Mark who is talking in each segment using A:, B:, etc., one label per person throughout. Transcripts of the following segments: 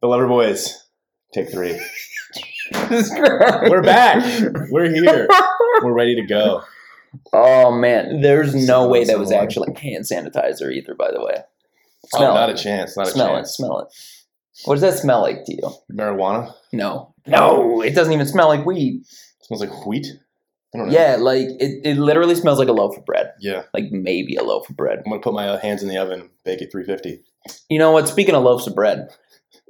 A: The Lover Boys. Take three.
B: We're
A: We're back. We're here. We're ready to go.
B: oh man, there's no
A: Smell
B: way
A: it
B: that was
A: somewhere.
B: actually hand sanitizer either. By the way,
A: oh,
B: smell
A: not
B: it.
A: a chance. Not a
B: smell it.
A: chance.
B: Smell it. What does that smell like to you?
A: Marijuana
B: No, no, it doesn't even smell like weed.
A: smells like wheat. I don't know.
B: Yeah, like it, it literally smells like a loaf of bread,
A: Yeah.
B: like maybe a loaf of bread.
A: I'm gonna put my uh, hands in the oven, bake it 350.
B: You know what? Speaking of loaves of bread,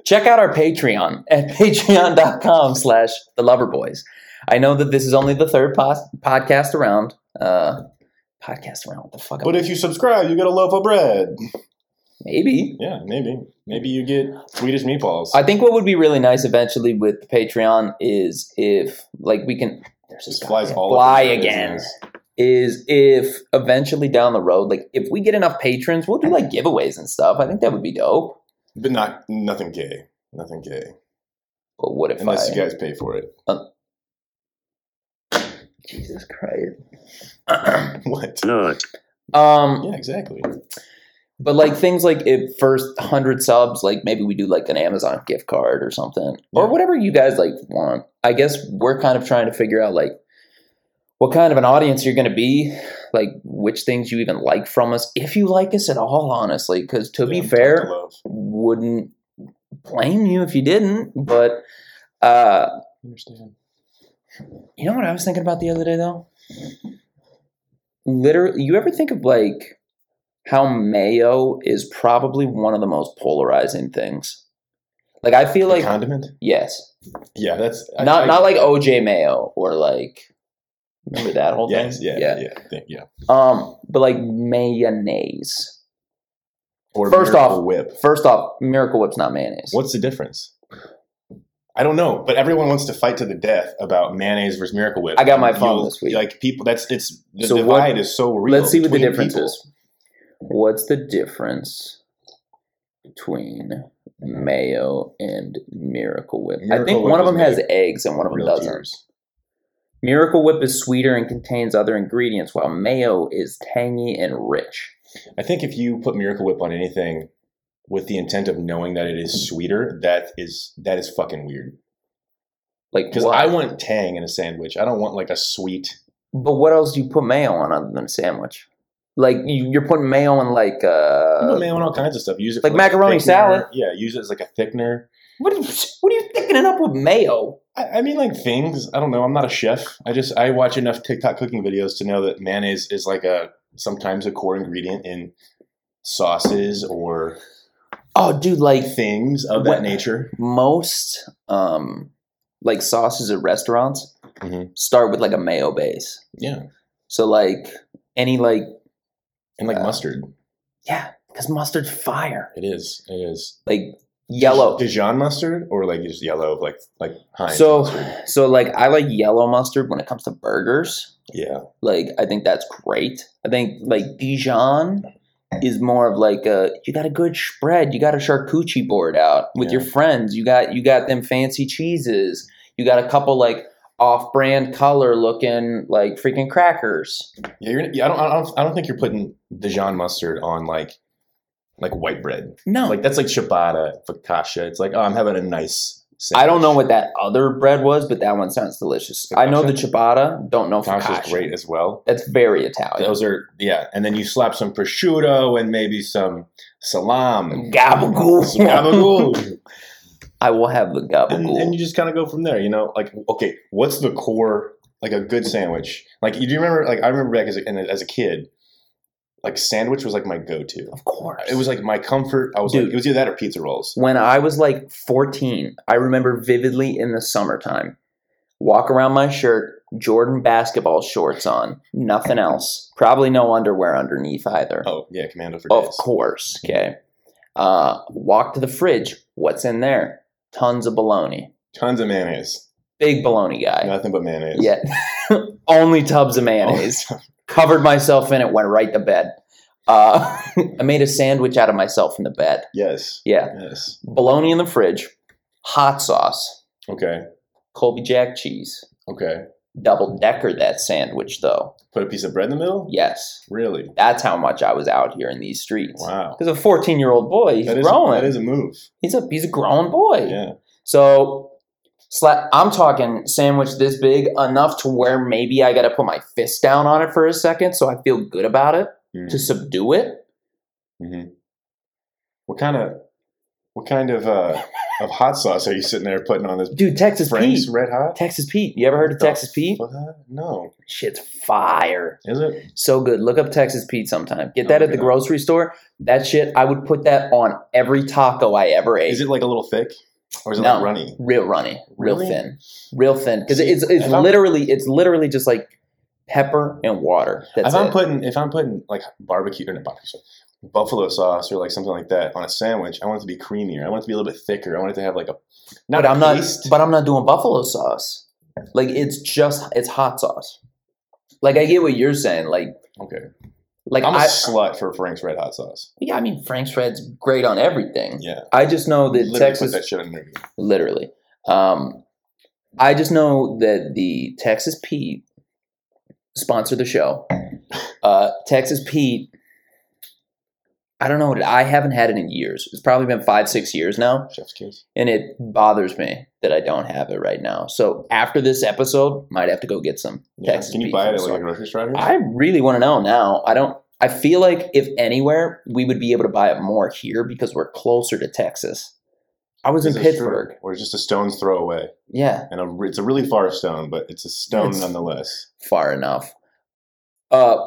B: check out our Patreon at patreon.com slash the lover boys. I know that this is only the third pos- podcast around. Uh, podcast around? What the fuck? am
A: But
B: I-
A: if you subscribe, you get a loaf of bread.
B: Maybe.
A: Yeah, maybe. Maybe you get Swedish meatballs.
B: I think what would be really nice eventually with Patreon is if, like, we can. There's this
A: Just flies
B: goddamn
A: all
B: fly
A: over the
B: again.
A: business.
B: Is if eventually down the road, like, if we get enough patrons, we'll do like giveaways and stuff. I think that would be dope.
A: But not nothing gay. Nothing gay.
B: But what if
A: Unless
B: I?
A: you guys pay for it.
B: Jesus Christ.
A: what?
B: Um.
A: Yeah, exactly.
B: But like things like if first hundred subs, like maybe we do like an Amazon gift card or something, or
A: Yeah.
B: whatever you guys like want. I guess we're kind of trying to figure out like what kind of an audience you're going to be, like which things you even like from us, if you like us at all, honestly. Because to
A: Yeah,
B: be
A: talk
B: fair,
A: love.
B: wouldn't blame you if you didn't. But uh,
A: Understand.
B: you know what I was thinking about the other day though? Literally, you ever think of like how mayo is probably one of the most polarizing things? Like I feel
A: The
B: like
A: condiment?
B: yes,
A: Yeah, that's I-
B: not
A: I-
B: not like oh, OJ mayo or like remember that whole
A: Yes,
B: thing.
A: yeah, yeah, yeah, yeah,
B: Um, but like mayonnaise.
A: Or
B: First
A: Miracle
B: off-
A: whip.
B: First off, Miracle Whip's not mayonnaise.
A: What's the difference? I don't know, but everyone wants to fight to the death about mayonnaise versus Miracle Whip.
B: I got my
A: You'll-
B: phone this week.
A: Like people, that's it's the
B: So what-
A: divide is so real.
B: Let's see what the
A: between
B: difference
A: people.
B: is. What's the difference between mayo and Miracle Whip? I
A: Miracle
B: think
A: Whip
B: one of
A: is
B: them has
A: made
B: eggs and one of them
A: Real
B: doesn't.
A: tears.
B: Miracle Whip is sweeter and contains other ingredients, while mayo is tangy and rich.
A: I think if you put Miracle Whip on anything with the intent of knowing that it is sweeter, that is that is fucking weird.
B: Like,
A: Because
B: what-
A: I want tang in a sandwich. I don't want like a sweet.
B: but what else do you put mayo on other than a sandwich? Like you, you're putting mayo on like
A: I
B: uh,
A: put mayo on all kinds of stuff. Use it
B: like
A: for,
B: macaroni
A: a thickener.
B: salad.
A: Yeah, use it as like a thickener.
B: what? Are you, what are you thickening up with mayo?
A: I, I mean, like things. I don't know. I'm not a chef. I just I watch enough TikTok cooking videos to know that mayonnaise is like a sometimes a core ingredient in sauces or
B: Oh, dude, like
A: things of that
B: What-
A: nature.
B: most um like sauces at restaurants
A: Mhm.
B: start with like a mayo base.
A: Yeah,
B: So like any like
A: and like
B: Uh,
A: mustard.
B: yeah, because mustard's fire.
A: It is. It is
B: Like yellow.
A: Dijon mustard or like just yellow, like like Heinz.
B: So
A: mustard.
B: so like I like yellow mustard when it comes to burgers.
A: yeah,
B: Like I think that's great. I think like Dijon is more of like a you got a good spread, you got a charcuterie board out with
A: Yeah.
B: your friends. You got you got them fancy cheeses. You got a couple like off-brand color looking like freaking crackers.
A: yeah. You're, yeah I don't. I don't. I don't think you're putting Dijon mustard on like like white bread.
B: No,
A: Like that's like ciabatta, focaccia. It's like oh, I'm having a nice. Sandwich.
B: I don't know what that other bread was, but that one sounds delicious. I know the ciabatta, don't know
A: Focaccia
B: focaccia.
A: is great as well.
B: That's very Italian.
A: Uh, Those are yeah, and then you slap some prosciutto and maybe some salam,
B: Gabagool.
A: some gabagool,
B: I will have the
A: and,
B: gabagool.
A: and you just kind of go from there. You know, like okay, what's the core like a good sandwich? Like you do you remember? Like I remember back as a, and as a kid, like sandwich was like my go-to.
B: of course,
A: It was like my comfort. I was like
B: Dude.
A: it was either that or pizza rolls.
B: when I was like 14. I remember vividly in the summertime, walk around my shirt, Jordan basketball shorts on, nothing else, probably no underwear underneath either.
A: Oh yeah, commando for
B: Of
A: days.
B: course. Okay. Uh, walk to the fridge. What's in there? Tons of bologna.
A: Tons of mayonnaise,
B: Big bologna guy.
A: nothing but mayonnaise. Oh,
B: Yeah. Only tubs of mayonnaise. Covered myself in it, went right to bed. Uh, I made a sandwich out of myself in the bed.
A: yes,
B: Yeah.
A: yes.
B: Bologna in the fridge, hot sauce,
A: Okay,
B: Colby Jack cheese,
A: okay.
B: double decker that sandwich though.
A: Put a piece of bread in the middle?
B: Yes,
A: Really?
B: that's how much I was out here in these streets.
A: Wow.
B: Because a 14 year old boy, he's
A: That is,
B: growing.
A: that is a move.
B: he's a he's a grown boy.
A: Yeah.
B: So sla- I'm talking sandwich this big enough to where maybe I got to put my fist down on it for a second so I feel good about it
A: Mm.
B: to subdue it.
A: Mm-hmm. What kind of what kind of uh, of hot sauce are you sitting there putting on this
B: Dude, Texas
A: Frank's
B: Pete.
A: Red Hot?
B: Texas Pete. You ever heard of
A: The
B: Texas Pete?
A: fuck? No,
B: Shit's fire.
A: is it?
B: So good. Look up Texas Pete sometime. Get that
A: Oh,
B: at the
A: good.
B: grocery store. That shit, I would put that on every taco I ever ate.
A: Is it like a little thick, or is it
B: No.
A: like runny?
B: real runny, real
A: Really?
B: thin, real thin? Because it's it's
A: If I'm-
B: literally it's literally just like pepper and water. That's
A: if I'm
B: it.
A: putting if I'm putting like barbecue or not barbecue sauce, buffalo sauce or like something like that on a sandwich, I want it to be creamier. I want it to be a little bit thicker. I want it to have like a not
B: but I'm not.
A: paste.
B: But I'm not doing buffalo sauce. Like it's just it's hot sauce. Like I get what you're saying. Like
A: okay.
B: like
A: I'm a
B: I,
A: slut for Frank's Red Hot sauce.
B: yeah, I mean Frank's Red's great on everything.
A: Yeah,
B: I just know that
A: literally
B: Texas
A: put that shit on there.
B: literally. Um, I just know that the Texas Pete sponsored the show. Uh, Texas Pete, I don't know what it, I haven't had it in years. It's probably been five, six years now,
A: Chef's kiss.
B: and it bothers me that I don't have it right now. So after this episode, might have to go get some
A: Yeah.
B: Texas.
A: Can you
B: Pete
A: buy
B: from
A: it at
B: the
A: like a
B: store.
A: grocery store? out here?
B: I really want to know now. I don't. I feel like if anywhere, we would be able to buy it more here because we're closer to Texas. I was
A: This
B: in
A: is true.
B: Pittsburgh.
A: Or just a stone's throw away.
B: Yeah.
A: and a, it's a really far stone, but it's a stone
B: It's-
A: nonetheless.
B: far enough. Uh,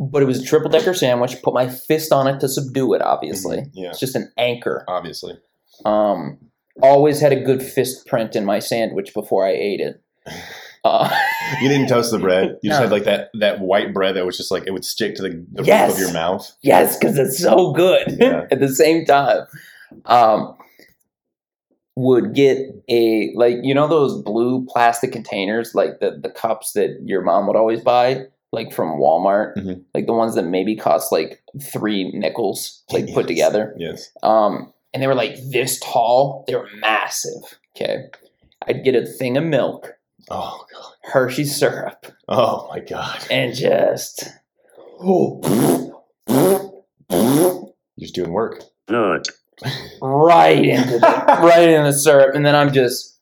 B: but it was a triple decker sandwich. Put my fist on it to subdue it. Obviously,
A: Mhm. yeah,
B: it's just an anchor.
A: obviously.
B: Um, always had a good fist print in my sandwich before I ate it. Uh,
A: You didn't toast the bread. You just
B: No.
A: had like that that white bread that was just like it would stick to the, the
B: Yes.
A: roof of your mouth.
B: yes, because it's so good.
A: Yeah.
B: At the same time, um, would get a like you know those blue plastic containers like the the cups that your mom would always buy like from Walmart,
A: Mhm.
B: like the ones that maybe cost like three nickels like put
A: Yes.
B: together.
A: Yes.
B: Um, and they were like this tall. They were massive. Okay. I'd get a thing of milk,
A: Oh god.
B: Hershey syrup,
A: Oh my god.
B: and just.
A: You're just doing work.
B: right into the right in the syrup, and then I'm just,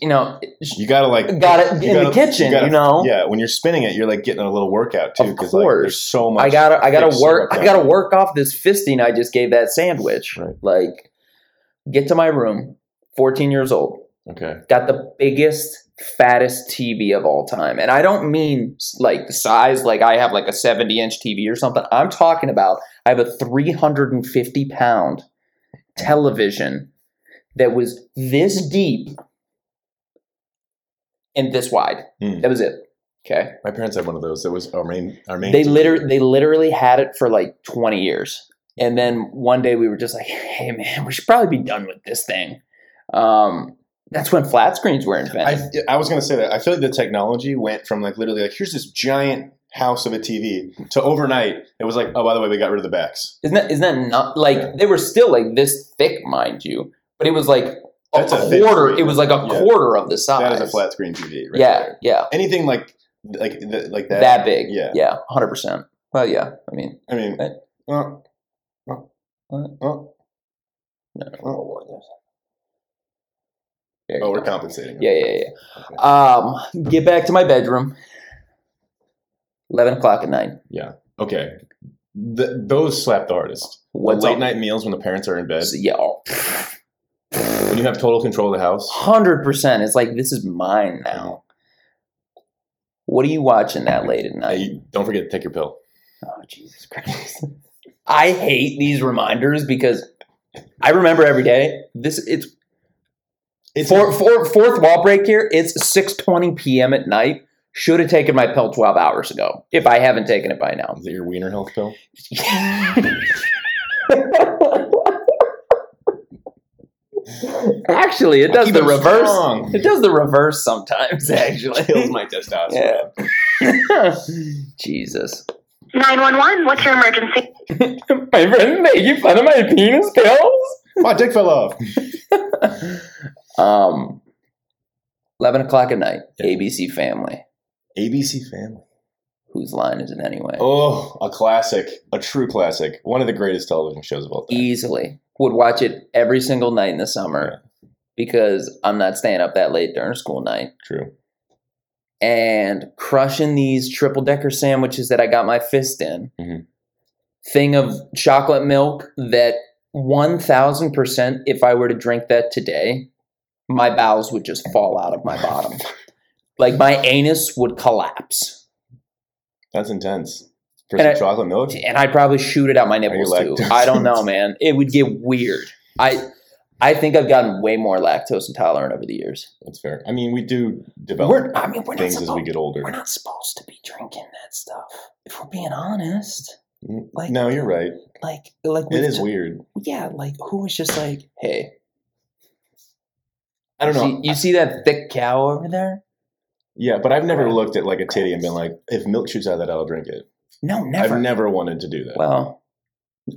B: you know,
A: You gotta like
B: got it
A: you
B: in
A: gotta-
B: the kitchen. You,
A: gotta-
B: know,
A: Yeah, when you're spinning it, you're like getting a little workout too
B: Of
A: because like
B: course.
A: there's so much.
B: I gotta I gotta
A: thick syrup
B: work I
A: down
B: gotta
A: there.
B: work off this fisting I just gave that sandwich.
A: Right.
B: Like, get to my room, 14 years old.
A: Okay.
B: got the biggest fattest tv of all time and i don't mean like the size like i have like a 70 inch tv or something i'm talking about i have a 350 pound television that was this deep and this wide
A: Hmm.
B: that was it okay
A: My parents had one of those. It was our main our main
B: they literally they literally had it for like 20 years and then one day we were just like hey man we should probably be done with this thing um that's when flat screens were invented
A: I, I was going to say that. I feel like the technology went from like literally like here's this giant house of a TV to overnight it was like oh by the way we got rid of the backs.
B: Isn't that, isn't that not like
A: Yeah.
B: they were still like this thick, mind you, but it was like a
A: That's a thick
B: quarter.
A: screen.
B: It was like a
A: Yeah.
B: quarter of the size.
A: That is a flat screen TV. Right
B: yeah,
A: there.
B: yeah,
A: Anything like like th- like that.
B: that, big.
A: Yeah.
B: yeah, hundred percent. Well, yeah. I mean,
A: I mean.
B: Right.
A: uh, uh,
B: What?
A: uh. Oh, we're compensating.
B: yeah, yeah, yeah. Um, get back to my bedroom. Eleven o'clock at night.
A: Okay. Th- those slap the hardest. The
B: What's
A: late
B: up?
A: night meals when the parents are in bed.
B: Yeah,
A: When you have total control of the house.
B: hundred percent. It's like this is mine now. What are you watching that late at night?
A: Hey, you- don't forget to take your pill.
B: Oh Jesus Christ! I hate these reminders because I remember every day. This it's
A: It's
B: four, four, fourth wall break here. It's six twenty p.m. at night. Should have taken my pill twelve hours ago. If I haven't taken it by now,
A: Is it your wiener health pill?
B: actually, it does
A: Keep
B: the
A: it
B: reverse.
A: strong.
B: It does the reverse sometimes. Actually,
A: Kills my testosterone.
B: yeah. Jesus.
C: 911, what's your emergency?
B: My friend making fun of my penis pills?
A: My dick fell off.
B: Um, 11 o'clock at night,
A: Yeah.
B: ABC Family.
A: ABC Family.
B: Whose line is it anyway?
A: Oh, a classic, a true classic, one of the greatest television shows of all
B: E-
A: time.
B: Easily. Would watch it every single night in the summer because I'm not staying up that late during school night.
A: True.
B: and crushing these triple decker sandwiches that I got my fist in.
A: Mhm.
B: Thing of chocolate milk that 1000%, if I were to drink that today, my bowels would just fall out of my bottom. like my anus would collapse.
A: That's intense. For
B: And
A: some
B: I-
A: chocolate milk.
B: And I'd probably shoot it out my nipples too.
A: lactose
B: I don't know,
A: intolerant?
B: man. It would get weird. I. I think I've gotten way more lactose intolerant over the years.
A: That's fair. I mean, we do
B: We're,
A: develop
B: I mean, we're not
A: things as we
B: supposed
A: get older.
B: we're not supposed to be drinking that stuff. If we're being honest,
A: Mm,
B: like-
A: no, you're right.
B: like like
A: It
B: we've
A: is
B: ju-
A: weird.
B: Yeah, like who was just like, hey,
A: I don't know.
B: see- you see that thick cow over there?
A: yeah, but I've never looked at like a titty and been like, if milk shoots out of that, I'll drink it.
B: No, never.
A: I've never wanted to do that.
B: well,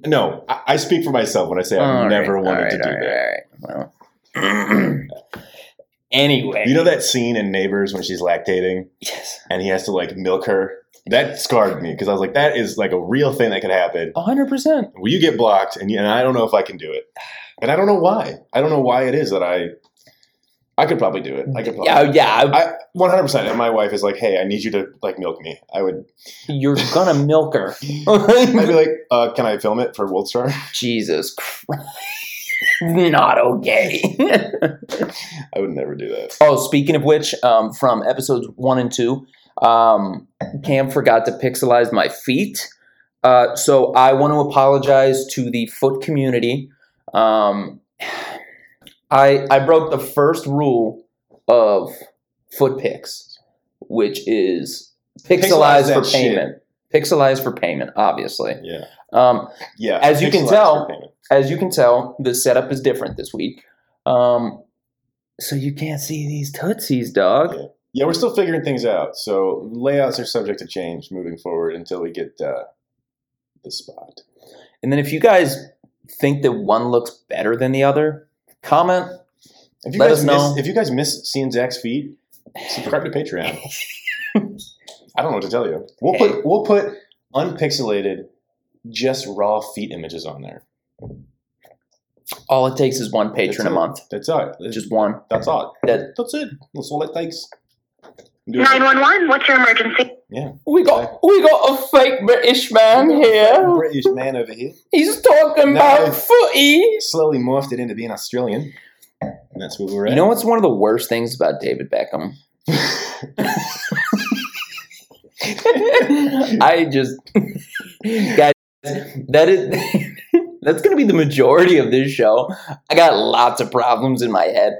A: no, I, I speak for myself when I say I've
B: all right,
A: never
B: all
A: wanted
B: right,
A: to do
B: all right,
A: that.
B: all right, Well. anyway,
A: You know that scene in Neighbors when she's lactating
B: yes,
A: and he has to like milk her? That scarred me because I was like, that is like a real thing that could happen.
B: hundred percent.
A: Well, you get blocked, and, you, and I don't know if I can do it. And I don't know why. I don't know why it is that I. I could probably do it. I could probably.
B: Yeah, yeah. I-
A: I one hundred percent. And my wife is like, "Hey, I need you to like milk me." I would.
B: you're gonna milk her.
A: I'd be like, uh, "Can I film it for World Star?"
B: Jesus Christ, not okay.
A: I would never do that.
B: Oh, speaking of which, um, from episodes one and two, um, Cam forgot to pixelize my feet. Uh, so I want to apologize to the foot community. Um, I I broke the first rule of foot pics, which is
A: Pixelize
B: pixelize
A: that
B: for
A: shit.
B: payment. Pixelize for payment, obviously.
A: Yeah,
B: Um,
A: yeah.
B: As you can
A: Pixelized
B: tell-
A: for payment.
B: as you can tell, the setup is different this week. Um, so you can't see these tootsies, dog.
A: yeah, we're still figuring things out. So layouts are subject to change moving forward until we get uh, the spot.
B: And then if you guys think that one looks better than the other, comment.
A: If you
B: Let
A: guys
B: us
A: miss,
B: know.
A: if you guys miss seeing Zach's feet, subscribe to Patreon. I don't know what to tell you. We'll
B: Hey.
A: put we'll put unpixelated, just raw feet images on there.
B: All it takes is one patron a
A: it.
B: month.
A: That's all. That's,
B: Just one.
A: that's all.
B: That
A: That's it. That's all it takes. Do it.
C: 911, what's your emergency?
B: we got we got a fake British man here.
A: British man over here.
B: He's talking
A: No,
B: about
A: it's-
B: footy.
A: Slowly morphed it into being Australian. And that's what we were at.
B: You know what's one of the worst things about David Beckham? I just guys that is that's gonna be the majority of this show. I got lots of problems in my head,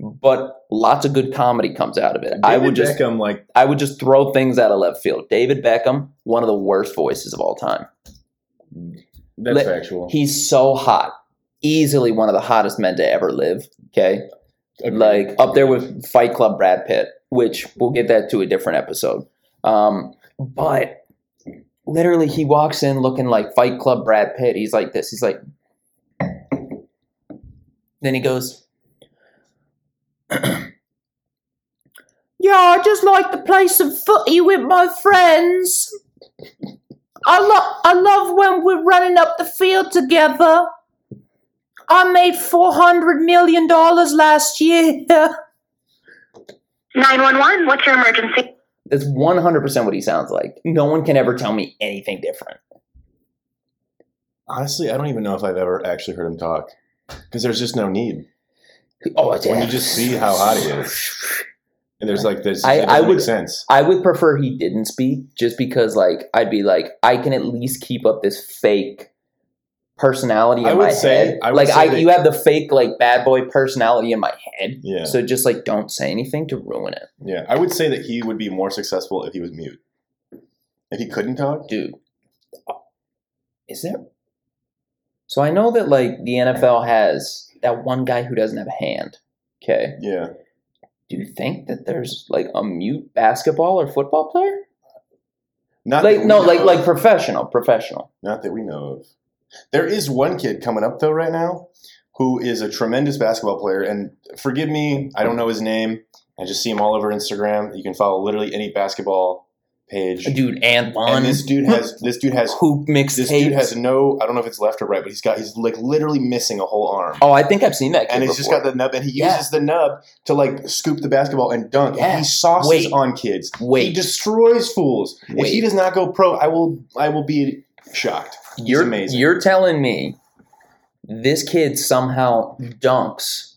B: but lots of good comedy comes out of it. I would just
A: Beckham, like,
B: I would just throw things out of left field. David Beckham, one of the worst voices of all time.
A: that's
B: Let-
A: factual.
B: He's so hot. Easily one of the hottest men to ever live. Okay.
A: Agreed.
B: Like up there with Fight Club Brad Pitt, which we'll get that to a different episode. Um, but literally, he walks in looking like Fight Club Brad Pitt. He's like this. He's like, then he goes, Yeah, I just like to play some footy with my friends. I, lo- I love when we're running up the field together. I made $400 million last year. That's
C: 911, what's your emergency?
B: 100% what he sounds like. No one can ever tell me anything different.
A: honestly, I don't even know if I've ever actually heard him talk because there's just no need.
B: Oh, it's-
A: When you just see how hot he is. And there's like this.
B: I-
A: it doesn't
B: I
A: make
B: would-
A: sense.
B: I would prefer he didn't speak just because, like, I'd be like, I can at least keep up this fake personality in
A: I would
B: my
A: say-
B: head.
A: I would
B: like,
A: say
B: I,
A: that-
B: you have the fake, like, bad boy personality in my head.
A: Yeah,
B: So just, like, don't say anything to ruin it.
A: yeah. I would say that he would be more successful if he was mute. If he couldn't talk,
B: Dude, is there. So I know that, like, the NFL has that one guy who doesn't have a hand. Okay.
A: yeah.
B: Do you think that there's, like, a mute basketball or football player?
A: Not that
B: Like,
A: we
B: no,
A: know
B: like,
A: of.
B: like, professional, professional.
A: Not that we know of. There is one kid coming up though right now who is a tremendous basketball player and forgive me, I don't know his name I just see him all over Instagram. You can follow literally any basketball page.
B: dude, Antoine
A: and this dude has this dude has
B: hoop mixed
A: this dude has no I don't know if it's left or right, but he's got he's like literally missing a whole arm.
B: Oh, I think I've seen that. Kid
A: and he's just got the nub, and he
B: Yeah.
A: uses the nub to like scoop the basketball and dunk.
B: Yeah.
A: And he sauces
B: Wait.
A: on kids. He
B: Wait,
A: destroys fools. If he
B: Wait.
A: does not go pro, I will I will be shocked. He's
B: you're
A: amazing.
B: you're telling me this kid somehow dunks?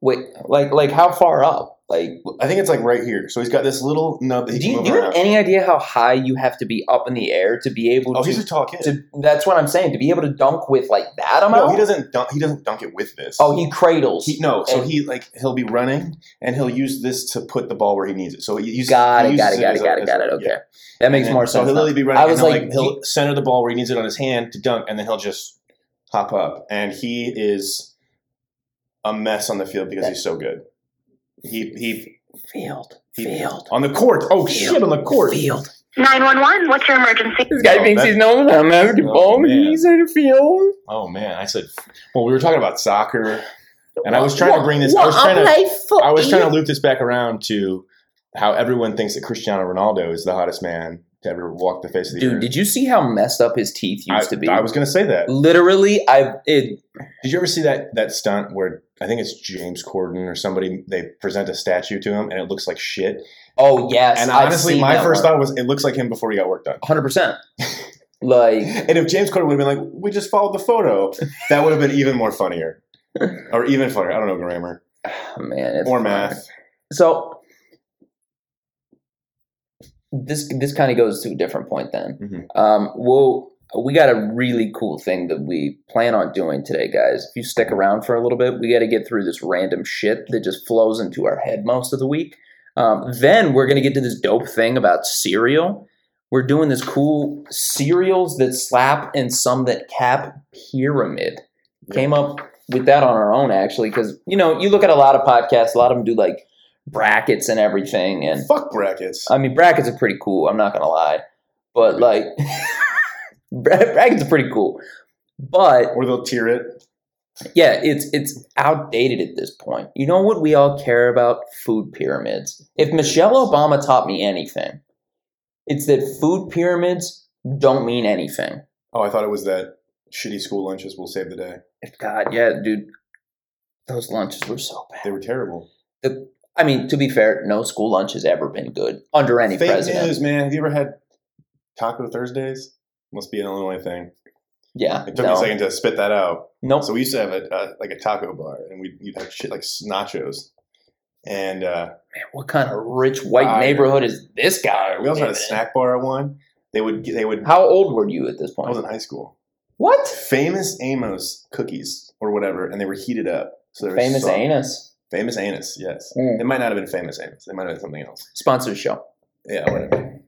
B: Wait, like like how far up? Like,
A: I think it's like right here. So he's got this little nub. That
B: do
A: he can
B: you,
A: move
B: do you have
A: around.
B: any idea how high you have to be up in the air to be able
A: Oh,
B: to?
A: he's a tall kid.
B: to that's what I'm saying. To be able to dunk with like that amount.
A: no, he doesn't dunk. He doesn't dunk it with this.
B: oh, he cradles.
A: He, no, so
B: And-
A: he like he'll be running and he'll use this to put the ball where he needs it. So he uses
B: got
A: he
B: it.
A: uses
B: Got it. Got
A: as a-
B: it. Got
A: as
B: it.
A: a-
B: Got it.
A: yeah.
B: Okay, that makes
A: And
B: more
A: then- So
B: sense.
A: he'll
B: now.
A: literally be running.
B: I was
A: and he'll,
B: like,
A: like, he'll
B: he-
A: center the ball where he needs it on his hand to dunk, and then he'll just hop up. And he is a mess on the field because he's so good. He he
B: Field.
A: he
B: Field.
A: on the court. Oh shit, on the court.
B: Field.
C: 911, what's your emergency?
B: This
A: guy Oh, thinks that-
B: he's known about
A: basketball, and man. he's
B: in field.
A: Oh man, I said. Well, we were talking about soccer, and I was trying to bring this. I was
B: Well,
A: trying to.
B: play foot-
A: I was trying to loop this back around to how everyone thinks that Cristiano Ronaldo is the hottest man to ever walk the face of the
B: Dude,
A: earth.
B: did you see how messed up his teeth used
A: I,
B: to be?
A: I was going to say that.
B: literally. I it.
A: Did you ever see that that stunt where I think it's James Corden or somebody they present a statue to him and it looks like shit?
B: Oh yes.
A: and honestly, my first thought was it looks like him before he got work done.
B: Hundred percent. Like
A: And if James Corden would have been like, "We just followed the photo," that would have been even more funnier, or even funnier. I don't know grammar
B: man, it's
A: or math.
B: So this this kind of goes to a different point then.
A: Mhm.
B: Um, well, we got a really cool thing that we plan on doing today, guys. If you stick around for a little bit, we got to get through this random shit that just flows into our head most of the week. Um, then we're gonna get to this dope thing about cereal. We're doing this cool cereals that slap and some that cap pyramid. Came up with that on our own actually, because you know you look at a lot of podcasts, a lot of them do like brackets and everything, and
A: Fuck brackets.
B: I mean, brackets are pretty cool. I'm not gonna lie, but like, bra- brackets are pretty cool. But
A: or they'll tear it.
B: yeah, it's it's outdated at this point. You know what we all care about? Food pyramids. If Michelle Obama taught me anything, it's that food pyramids don't mean anything.
A: Oh, I thought it was that shitty school lunches will save the day.
B: God, yeah, dude, those lunches were so bad.
A: They were terrible.
B: The, I mean, to be fair, no school lunch has ever been good under any
A: Fake
B: president.
A: news, man. Have you ever had Taco Thursdays? Must be an Illinois thing.
B: Yeah,
A: It took me a
B: no,
A: second to spit that out.
B: nope.
A: So we used to have a, uh, like a taco bar, and we you'd have shit like nachos, and uh,
B: What kind of rich white
A: Fire.
B: neighborhood is this guy?
A: we also had a
B: living in?
A: snack bar at one. They would they would.
B: How old were you at this
A: I
B: point?
A: was in high school.
B: what?
A: Famous Amos cookies or whatever, and they were heated up. So they were
B: Famous
A: soft.
B: anus.
A: Famous Anus, yes.
B: Mm.
A: It might not have been Famous Amos. It might have been something else.
B: Sponsor the show.
A: Yeah, whatever.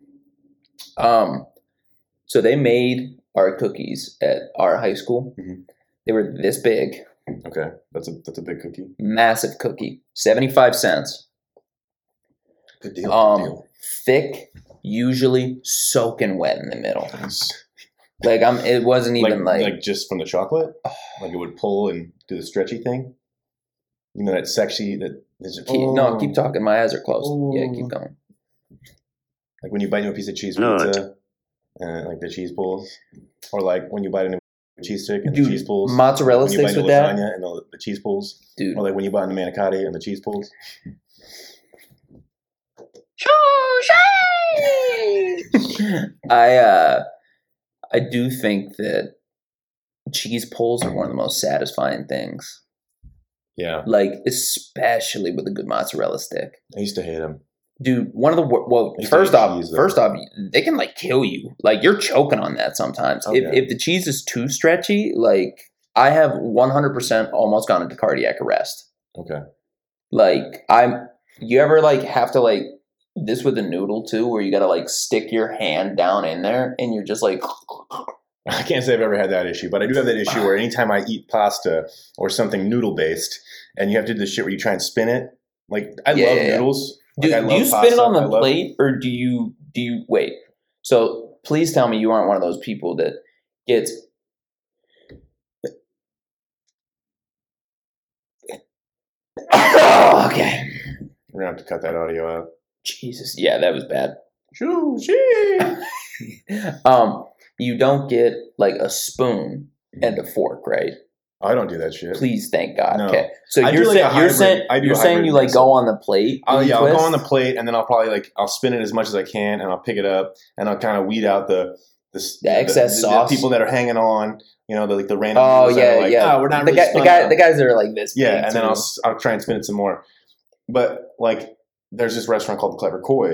B: Um, so they made our cookies at our high school.
A: Mhm.
B: They were this big,
A: Okay, that's a that's a big cookie.
B: massive cookie, seventy-five cents,
A: Good deal.
B: Um,
A: good deal.
B: thick, usually soaking wet in the middle. Like I'm, it wasn't
A: Like,
B: even like,
A: like just from the chocolate, like it would pull and do the stretchy thing. You know that sexy that. that's-
B: keep, no,
A: Oh.
B: keep talking. My eyes are closed. Yeah, keep
A: Oh.
B: going.
A: Like when you bite into a piece of cheese
D: No,
A: pizza, and like the cheese pulls, or like when you bite into a cheese stick and
B: Dude,
A: the cheese pulls,
B: Mozzarella
A: when you bite
B: sticks
A: into
B: with that,
A: lasagna and the, the cheese pulls,
B: dude.
A: or like when you bite into manicotti and the cheese pulls.
B: I uh, I do think that cheese pulls are one of the most satisfying things.
A: Yeah,
B: Like especially with a good mozzarella stick,
A: I used to hate them.
B: dude. One of the wor- well,
A: They
B: first
A: hate
B: off,
A: cheese, though.
B: first off, they can like kill you. Like you're choking on that sometimes.
A: Oh,
B: if
A: yeah.
B: if the cheese is too stretchy, like I have 100 percent almost gone into cardiac arrest.
A: Okay,
B: like i'm you ever like have to like this with a noodle too where you gotta like stick your hand down in there and you're just like
A: I can't say I've ever had that issue, but I do have that issue where anytime I eat pasta or something noodle based, and you have to do this shit where you try and spin it. Like I
B: Yeah,
A: love
B: yeah, yeah.
A: noodles.
B: do,
A: Like, I
B: do
A: love
B: you spin it
A: pasta.
B: on
A: I
B: the
A: love-
B: plate or do you do you wait so please tell me you aren't one of those people that gets okay
A: We're gonna have to cut that audio out.
B: Jesus, yeah, that was bad.
A: Sushi.
B: Um, you don't get like a spoon and a fork, right?
A: I don't do that shit.
B: Please, thank God.
A: No.
B: Okay, so
A: I
B: you're
A: do, like,
B: saying
A: a
B: you're
A: hybrid-
B: saying
A: I do
B: you're
A: a
B: saying
A: hybrid
B: you like
A: mix.
B: go on the plate.
A: Oh
B: and
A: yeah, I'll go
B: twist?
A: on the plate and then I'll probably like I'll spin it as much as I can and I'll pick it up and I'll kind of weed out the the,
B: The excess sauce.
A: people that are hanging on. You know, the, like the random.
B: Oh
A: people that
B: yeah,
A: are like,
B: yeah.
A: "Oh, we're not
B: the
A: really
B: guy, the
A: spun
B: guy,
A: up."
B: the guys that are like this.
A: Yeah,
B: big,
A: and then
B: too.
A: I'll s- I'll try and spin it some more. But like, there's this restaurant called the Clever Koi,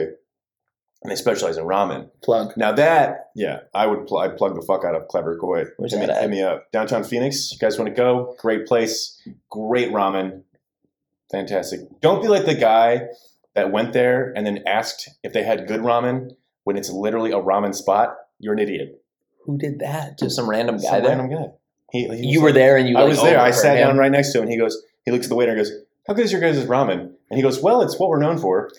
A: and they specialize in ramen.
B: plug.
A: Now that yeah, I would pl- I'd plug the fuck out of Clever Koi.
B: Where's
A: Hit me,
B: that at?
A: hit me up downtown Phoenix. You guys want to go? Great place, great ramen, fantastic. Don't be like the guy that went there and then asked if they had good ramen when it's literally a ramen spot. You're an idiot.
B: Who did that? Just some random guy.
A: Some
B: there?
A: random guy. He, he
B: You
A: was
B: were there, and you.
A: I
B: like,
A: was there. I
B: overheard
A: sat
B: him.
A: down right next to him. And he goes, he looks at the waiter and goes, "How good is your guys' ramen?" And he goes, "Well, it's what we're known for,"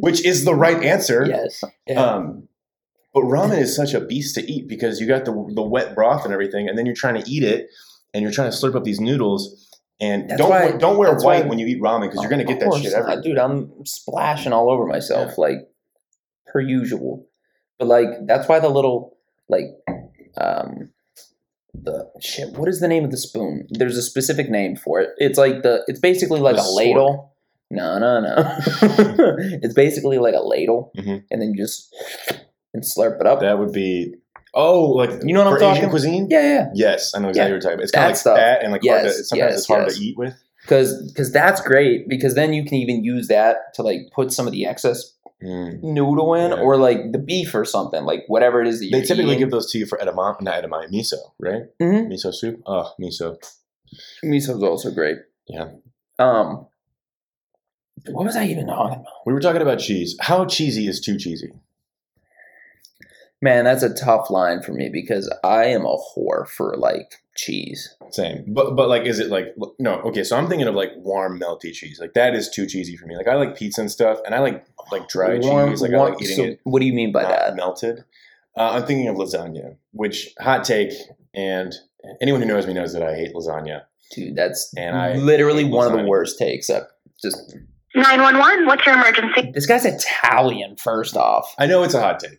A: which is the right answer.
B: Yes. Yeah.
A: Um, but ramen is such a beast to eat because you got the the wet broth and everything, and then you're trying to eat it, and you're trying to slurp up these noodles. And
B: That's
A: don't
B: why-
A: wear- don't wear
B: that's why-
A: white when you eat ramen because you're gonna get
B: Oh, Of
A: that
B: course
A: shit
B: not,
A: everywhere.
B: dude. I'm splashing all over myself like per usual. But like that's why the little like um the shit. What is the name of the spoon? There's a specific name for it. It's like the. It's basically like
A: The
B: a ladle. No, no, no. it's basically like a ladle,
A: Mhm.
B: and then you just and slurp it up.
A: That would be oh, like
B: You know what I'm
A: for
B: talking-
A: Asian cuisine.
B: yeah, yeah.
A: Yes, I know exactly
B: Yeah.
A: what you're talking about. It's
B: That
A: kind of like
B: stuff.
A: fat and like hard
B: Yes,
A: to, sometimes
B: yes,
A: it's hard
B: yes.
A: to eat with.
B: Because because that's great because then you can even use that to like put some of the excess
A: Mm.
B: noodle in
A: Yeah.
B: or like the beef or something like whatever it is that
A: They
B: you're
A: typically
B: eating.
A: give those to you for edamame, not edamame, miso, right?
B: Mhm.
A: Miso soup. Oh, miso.
B: miso's also great.
A: Yeah.
B: Um, what was I even talking about?
A: We were talking about cheese. How cheesy is too cheesy?
B: Man, that's a tough line for me because I am a whore for like cheese.
A: Same, but but like, is it like no? Okay, so I'm thinking of like warm, melty cheese. Like that is too cheesy for me. Like I like pizza and stuff, and I like like dry
B: Warm-
A: cheese. Like I
B: warm-
A: like eating
B: so
A: it
B: What do you mean by
A: not
B: that?
A: melted. Uh, I'm thinking of lasagna, which hot take, and anyone who knows me knows that I hate lasagna.
B: Dude, that's
A: And I
B: literally
A: hate
B: one of the
A: lasagna.
B: worst takes. Up, just
C: 911, what's your emergency?
B: this guy's Italian. First off,
A: I know it's a hot take.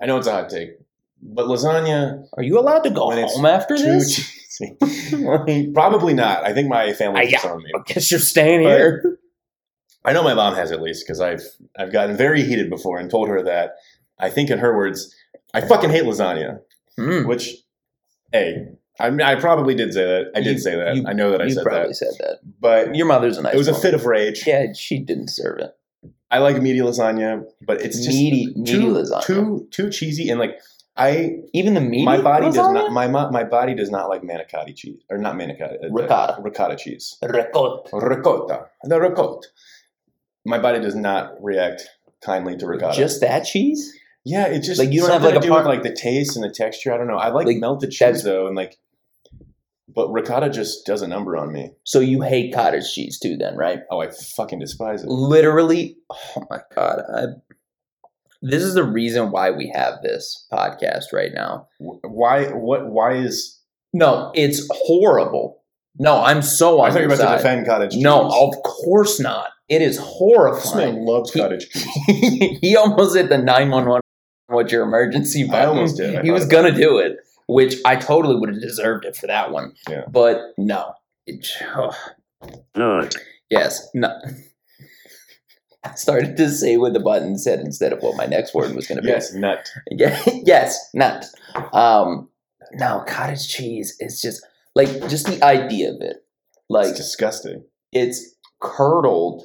A: I know it's a hot take, but lasagna
B: are you allowed to go
A: When it's
B: home after
A: too
B: this?
A: cheesy.
B: Like,
A: Probably not. I think my family's
B: I-
A: just on me.
B: I guess you're staying
A: But-
B: here.
A: I know my mom has at least because I've I've gotten very heated before and told her that. I think in her words, I fucking hate lasagna.
B: Mm,
A: Which, hey, I mean, I probably did say that. I did
B: You-
A: say that.
B: you-
A: I know that I
B: you
A: said
B: probably
A: that.
B: said that.
A: But
B: Your mother's a nice.
A: it was a
B: woman.
A: fit of rage.
B: Yeah, she didn't deserve it.
A: I like meaty lasagna, but it's just
B: Meaty- meaty
A: too,
B: lasagna.
A: too too cheesy and like I
B: Even the meat.
A: my body does not my mo- my body does not like manicotti cheese or not manicotti uh,
B: Ricotta.
A: ricotta cheese
B: Ricotta.
A: ricotta the ricotta. My body does not react kindly to ricotta.
B: Just that cheese?
A: Yeah, it just
B: Like, you don't have,
A: something
B: like,
A: to
B: a
A: do with,
B: part-
A: like the taste and the texture. I don't know. I like,
B: Like,
A: melted
B: that's-
A: cheese though, and like, but ricotta just does a number on me.
B: So you hate cottage cheese too, then, right?
A: Oh, I fucking despise
B: Mm.
A: it.
B: Literally, oh my god! I, this is the reason why we have this podcast right now.
A: Wh- Why? What? Why is?
B: No, it's horrible. No, I'm so
A: I
B: on
A: thought you
B: your
A: were about to
B: side.
A: defend cottage cheese.
B: No, of course not. It is
A: this
B: horrifying.
A: man loves
B: He-
A: cottage cheese.
B: he almost hit the nine one one. What's your emergency?
A: I
B: Button.
A: almost did. I
B: he
A: thought
B: was
A: about
B: gonna do it, which I totally would have deserved it for that one.
A: Yeah.
B: But no, it, ugh. Yes. No. I started to say what the button said instead of what my next word was going to be.
A: Yes, nut.
B: Yeah. yes. Not. Um, no, cottage cheese is just like just the idea of it. Like
A: It's disgusting.
B: it's curdled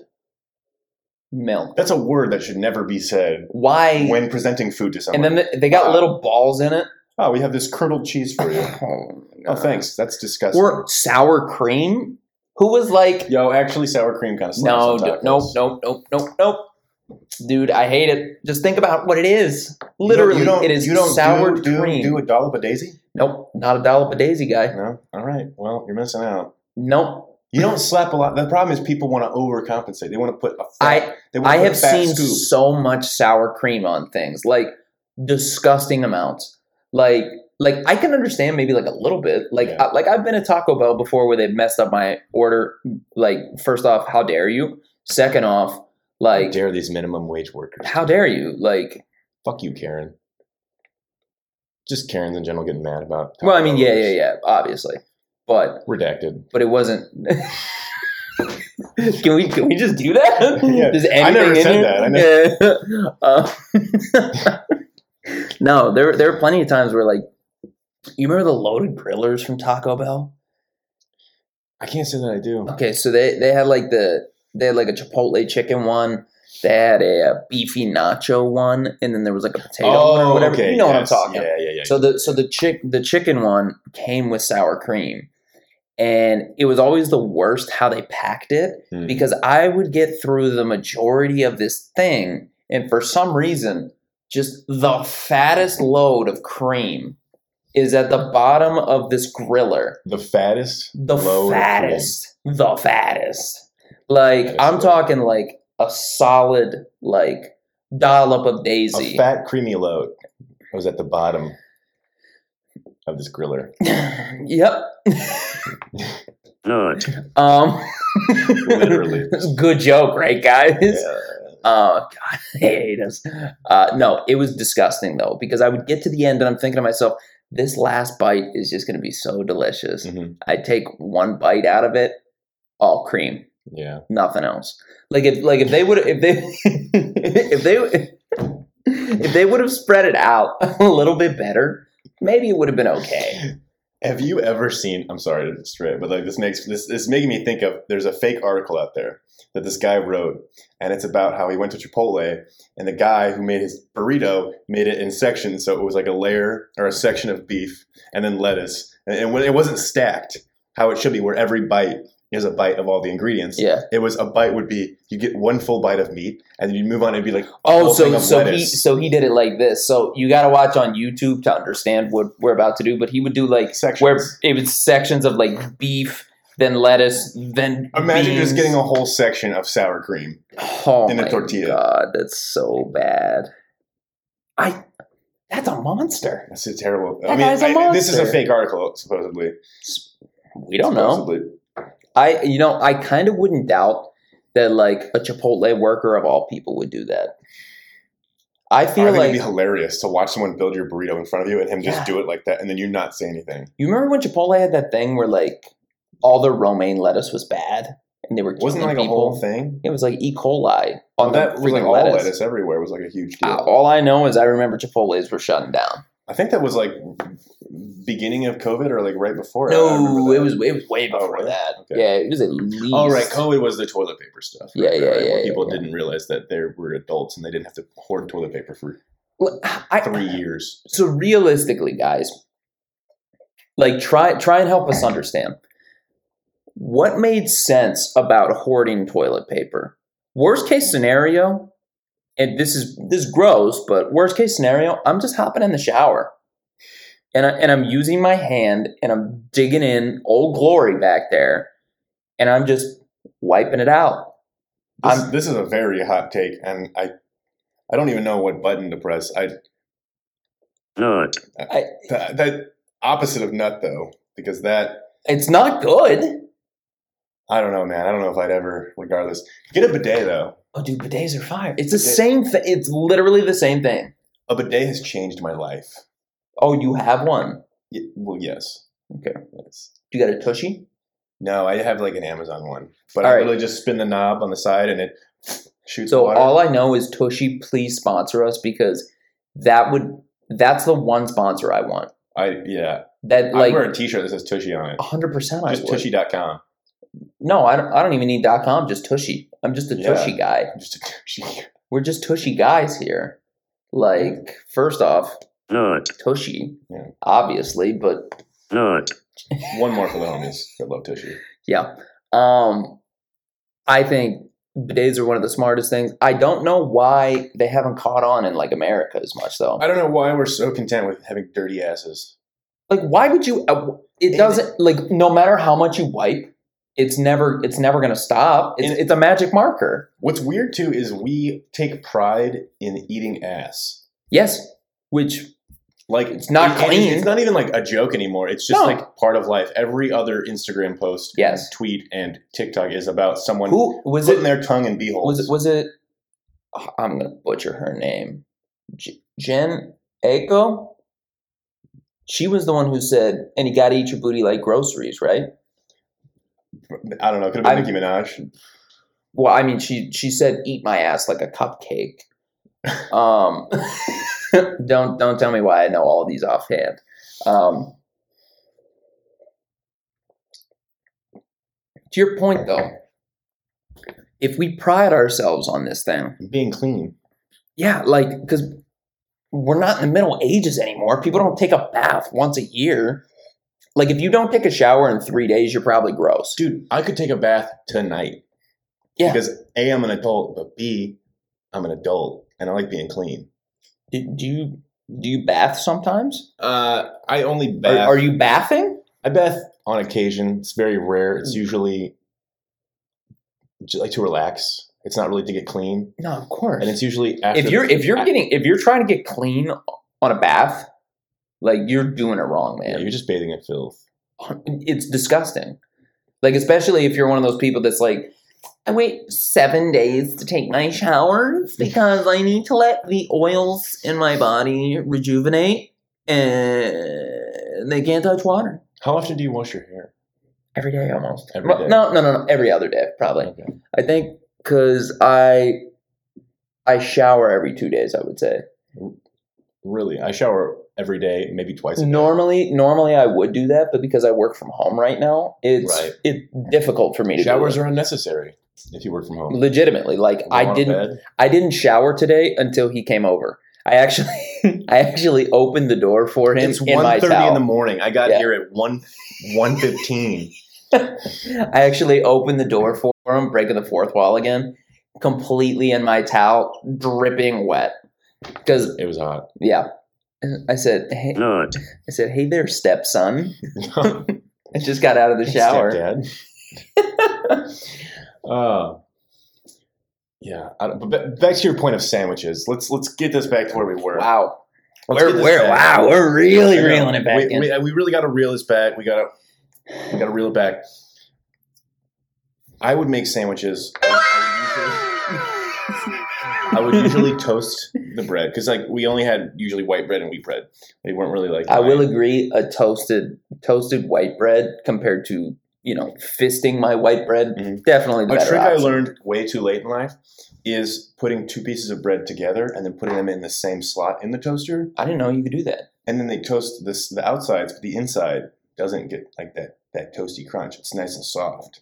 B: milk.
A: That's a word that should never be said
B: Why?
A: when presenting food to
B: and
A: someone.
B: then they- they got
A: Wow.
B: little balls in it.
A: oh, we have this curdled cheese for you.
B: Oh,
A: oh, thanks. That's disgusting.
B: Or sour cream. Who was like,
A: Yo, actually, sour cream kind of
B: No, d- nope, nope, nope, nope, nope. Dude, I hate it. Just think about what it is. Literally, it is sour
A: do, do-
B: cream.
A: Do, a dollop of daisy?
B: nope, not a dollop of daisy guy.
A: No. All right. Well, you're missing out.
B: Nope.
A: You don't slap a lot. The problem is people want to overcompensate. They want to put a fat,
B: I
A: they want
B: I
A: to put
B: have
A: a fat
B: seen
A: scoop.
B: so much sour cream on things, like disgusting amounts. Like like I can understand maybe like a little bit. Like
A: Yeah.
B: I, like I've been at Taco Bell before where they've messed up my order. Like first off, how dare you? Second off,
A: How
B: like
A: dare these minimum wage workers?
B: how dare you? Like,
A: Fuck you, Karen. Just Karens in general getting mad about.
B: well, I mean, yeah, yeah, yeah, obviously, but
A: Redacted.
B: but it wasn't. can we can we just do that?
A: Yeah,
B: Does
A: I never
B: anything in
A: said
B: here-
A: that, I
B: Yeah. Uh, no, there there were plenty of times where like, you remember the loaded grillers from Taco Bell?
A: I can't say that I do.
B: Okay, so they they had like the they had like a chipotle chicken one. They had a, uh beefy nacho one, and then there was like a potato one or whatever. you know
A: Oh, yes,
B: what I'm talking.
A: Yeah, yeah, yeah.
B: So the so the chick the chicken one came with sour cream, and it was always the worst how they packed it
A: Hmm.
B: because I would get through the majority of this thing, and for some reason, just the fattest load of cream is at the bottom of this griller
A: the fattest.
B: the
A: load of
B: fattest the fattest like
A: Fattest
B: i'm
A: load.
B: talking like a solid like dollop of
A: cream. A
B: daisy
A: fat, creamy load was at the bottom of this griller.
B: yep um
A: Literally.
B: good joke right guys
A: Yeah.
B: oh god i hate us uh no it was disgusting though because i would get to the end and i'm thinking to myself this last bite is just going to be so delicious
A: Mhm.
B: i take one bite out of it all cream
A: Yeah.
B: nothing else. Like if like if they would if they if they if they would have spread it out a little bit better, maybe it would have been okay.
A: Have you ever seen? I'm sorry to stray, but like this makes this this is making me think of. There's a fake article out there that this guy wrote, and it's about how he went to Chipotle, and the guy who made his burrito made it in sections, so it was like a layer or a section of beef and then lettuce, and, and when it wasn't stacked, how it should be, where every bite is a bite of all the ingredients.
B: Yeah.
A: It was a bite would be you get one full bite of meat, and then you move on and be like, a
B: Oh,
A: whole thing
B: so
A: of
B: so he
A: lettuce.
B: so he did it like this. So you got to watch on YouTube to understand what we're about to do. But he would do like
A: Sections.
B: where it was sections of like beef, then lettuce, then
A: Imagine
B: beans.
A: just getting a whole section of sour cream.
B: oh
A: in a
B: my
A: tortilla.
B: God, that's so bad. I that's a monster.
A: That's a terrible. I
B: That
A: mean,
B: guy's a
A: I- this is a
B: monster.
A: fake article, supposedly.
B: We don't know. I you know I kind of wouldn't doubt that like a Chipotle worker of all people would do that. I
A: I
B: feel
A: think it'd
B: like
A: be hilarious to watch someone build your burrito in front of you and him
B: Yeah.
A: just do it like that, and then you not say anything.
B: you remember when Chipotle had that thing where like all their romaine lettuce was bad and they were
A: Wasn't it
B: killing
A: like a
B: people?
A: whole thing.
B: It was like E. coli
A: Well,
B: on
A: that
B: that
A: was like
B: freaking
A: all
B: lettuce.
A: lettuce everywhere was like a huge deal.
B: Uh, all I know is I remember Chipotle's were shutting down.
A: I think that was like beginning of COVID or like right before. I- I remember
B: No,
A: that.
B: it was it was way
A: Oh,
B: before
A: really?
B: that.
A: Okay.
B: Yeah, it was at least.
A: Oh right, COVID was the toilet paper stuff.
B: Yeah,
A: Right,
B: yeah,
A: right,
B: yeah,
A: where
B: yeah,
A: People
B: yeah.
A: didn't realize that they were adults and they didn't have to hoard toilet paper for
B: Look, I,
A: three years.
B: so realistically guys like try try and help us understand what made sense about hoarding toilet paper worst case scenario and this is this is gross but worst case scenario i'm just hopping in the shower and, I, and i'm using my hand and i'm digging in old glory back there and i'm just wiping it out
A: This,
B: I'm-
A: this is a very hot take, and I, I don't even know what button to press. I
B: I,
A: that, that opposite of nut though because that
B: it's not good
A: i don't know man i don't know if i'd ever regardless get a bidet though
B: oh dude bidets are fire it's the
A: Bidet-
B: same thing it's literally the same thing
A: a bidet has changed my life
B: Oh, you have one.
A: Y- well yes
B: Okay.
A: yes
B: You got a tushy?
A: no i have like an amazon one but i
B: All right.
A: literally just spin the knob on the side and it shoots
B: So
A: water
B: all I know is Tushy, please sponsor us because that would that's the one sponsor I want.
A: i yeah
B: That
A: i
B: like Oh
A: wear a t-shirt that says tushy on it
B: hundred percent I
A: just
B: would.
A: tushy.com
B: No, I don't I don't even need dot com, just Tushy. I'm just a
A: Yeah.
B: Tushy guy.
A: just a tushy
B: We're just Tushy guys here. Like, first off, Tushy,
A: Yeah.
B: obviously, but
A: one more for the homies that love tushy
B: yeah. Um I think bidets are one of the smartest things. I don't know why they haven't caught on in like America as much though.
A: i don't know why we're so content with having dirty asses
B: like why would you uh, it doesn't like no matter how much you wipe it's never it's never going to stop it's,
A: And-
B: it's a magic marker
A: what's weird too is we take pride in eating ass
B: yes which
A: Like
B: It's not
A: it- it-
B: clean.
A: it's not even like a joke anymore. It's just
B: No.
A: like part of life. Every other Instagram post,
B: Yes.
A: tweet, and TikTok is about someone
B: Who was
A: putting
B: it?
A: their tongue in beeholes.
B: Was it? Was it? I'm gonna butcher her name. J- Jen Echo. She was the one who said, "And you gotta eat your booty like groceries, right?"
A: I don't know. Could have been
B: I'm-
A: Nicki Minaj.
B: Well, I mean, she she said, "Eat my ass like a cupcake." Um, don't don't tell me why I know all these offhand. Um, to your point, though, if we pride ourselves on this thing,
A: Being clean.
B: yeah, like because we're not in the Middle Ages anymore. People don't take a bath once a year. Like if you don't take a shower in three days, you're probably gross.
A: Dude, I could take a bath tonight.
B: Yeah.
A: Because A, I'm an adult, but B, I'm an adult and I like being clean.
B: Do, do you do you bath sometimes?
A: Uh, I only
B: Are,
A: bath.
B: are you bathing?
A: I bath on occasion. It's very rare.
B: Hmm.
A: It's usually just like to relax. It's not really to get clean,
B: No, of course.
A: and it's usually after.
B: if you're if you're getting if you're trying to get clean on a bath, like you're doing it wrong,
A: yeah,
B: man.
A: you're just bathing in filth.
B: it's disgusting. Like especially if you're one of those people that's like, I wait seven days to take my showers because I need to let the oils in my body rejuvenate, and they can't touch water
A: How often do you wash your hair?
B: every day almost.
A: Every
B: Well,
A: day.
B: No, no, no, no, every other day probably.
A: Okay.
B: I think because I I shower every two days. I would say.
A: Really, I shower every day, maybe twice
B: Mm,
A: a day.
B: normally normally I would do that, but because I work from home right now, it's
A: Right.
B: it's difficult for me to
A: Showers
B: do it.
A: are unnecessary if you work from home.
B: legitimately like
A: Go
B: I
A: on
B: didn't
A: bed.
B: I didn't shower today until he came over. I actually I actually opened the door for him
A: It's
B: in my
A: one thirty in the
B: towel.
A: morning. I got
B: Yeah.
A: here at one one fifteen.
B: I actually opened the door for him, breaking the fourth wall again, completely in my towel, dripping wet. Because
A: It was hot.
B: yeah, I said, hey, I said, hey there, stepson. I just got out of the shower.
A: Stepdad. uh, yeah, I don't, but ba- back to your point of sandwiches. Let's let's get this back to where we were.
B: Wow.
A: Let's
B: We're,
A: get this
B: we're
A: back.
B: wow, we're really
A: I know.
B: reeling it back
A: we,
B: in.
A: We, we really got to reel this back. We got to we got to reel it back. I would make sandwiches. I would usually, I would usually toast the bread because like we only had usually white bread and wheat bread. They weren't really like
B: I will
A: mine.
B: agree a toasted toasted white bread compared to, you know, fisting my white bread
A: Mhm.
B: definitely the
A: A
B: better
A: trick I
B: option.
A: learned way too late in life is putting two pieces of bread together and then putting them in the same slot in the toaster,
B: I didn't know you could do that.
A: and then they toast this the outsides, but the inside doesn't get like that that toasty crunch. It's nice and soft.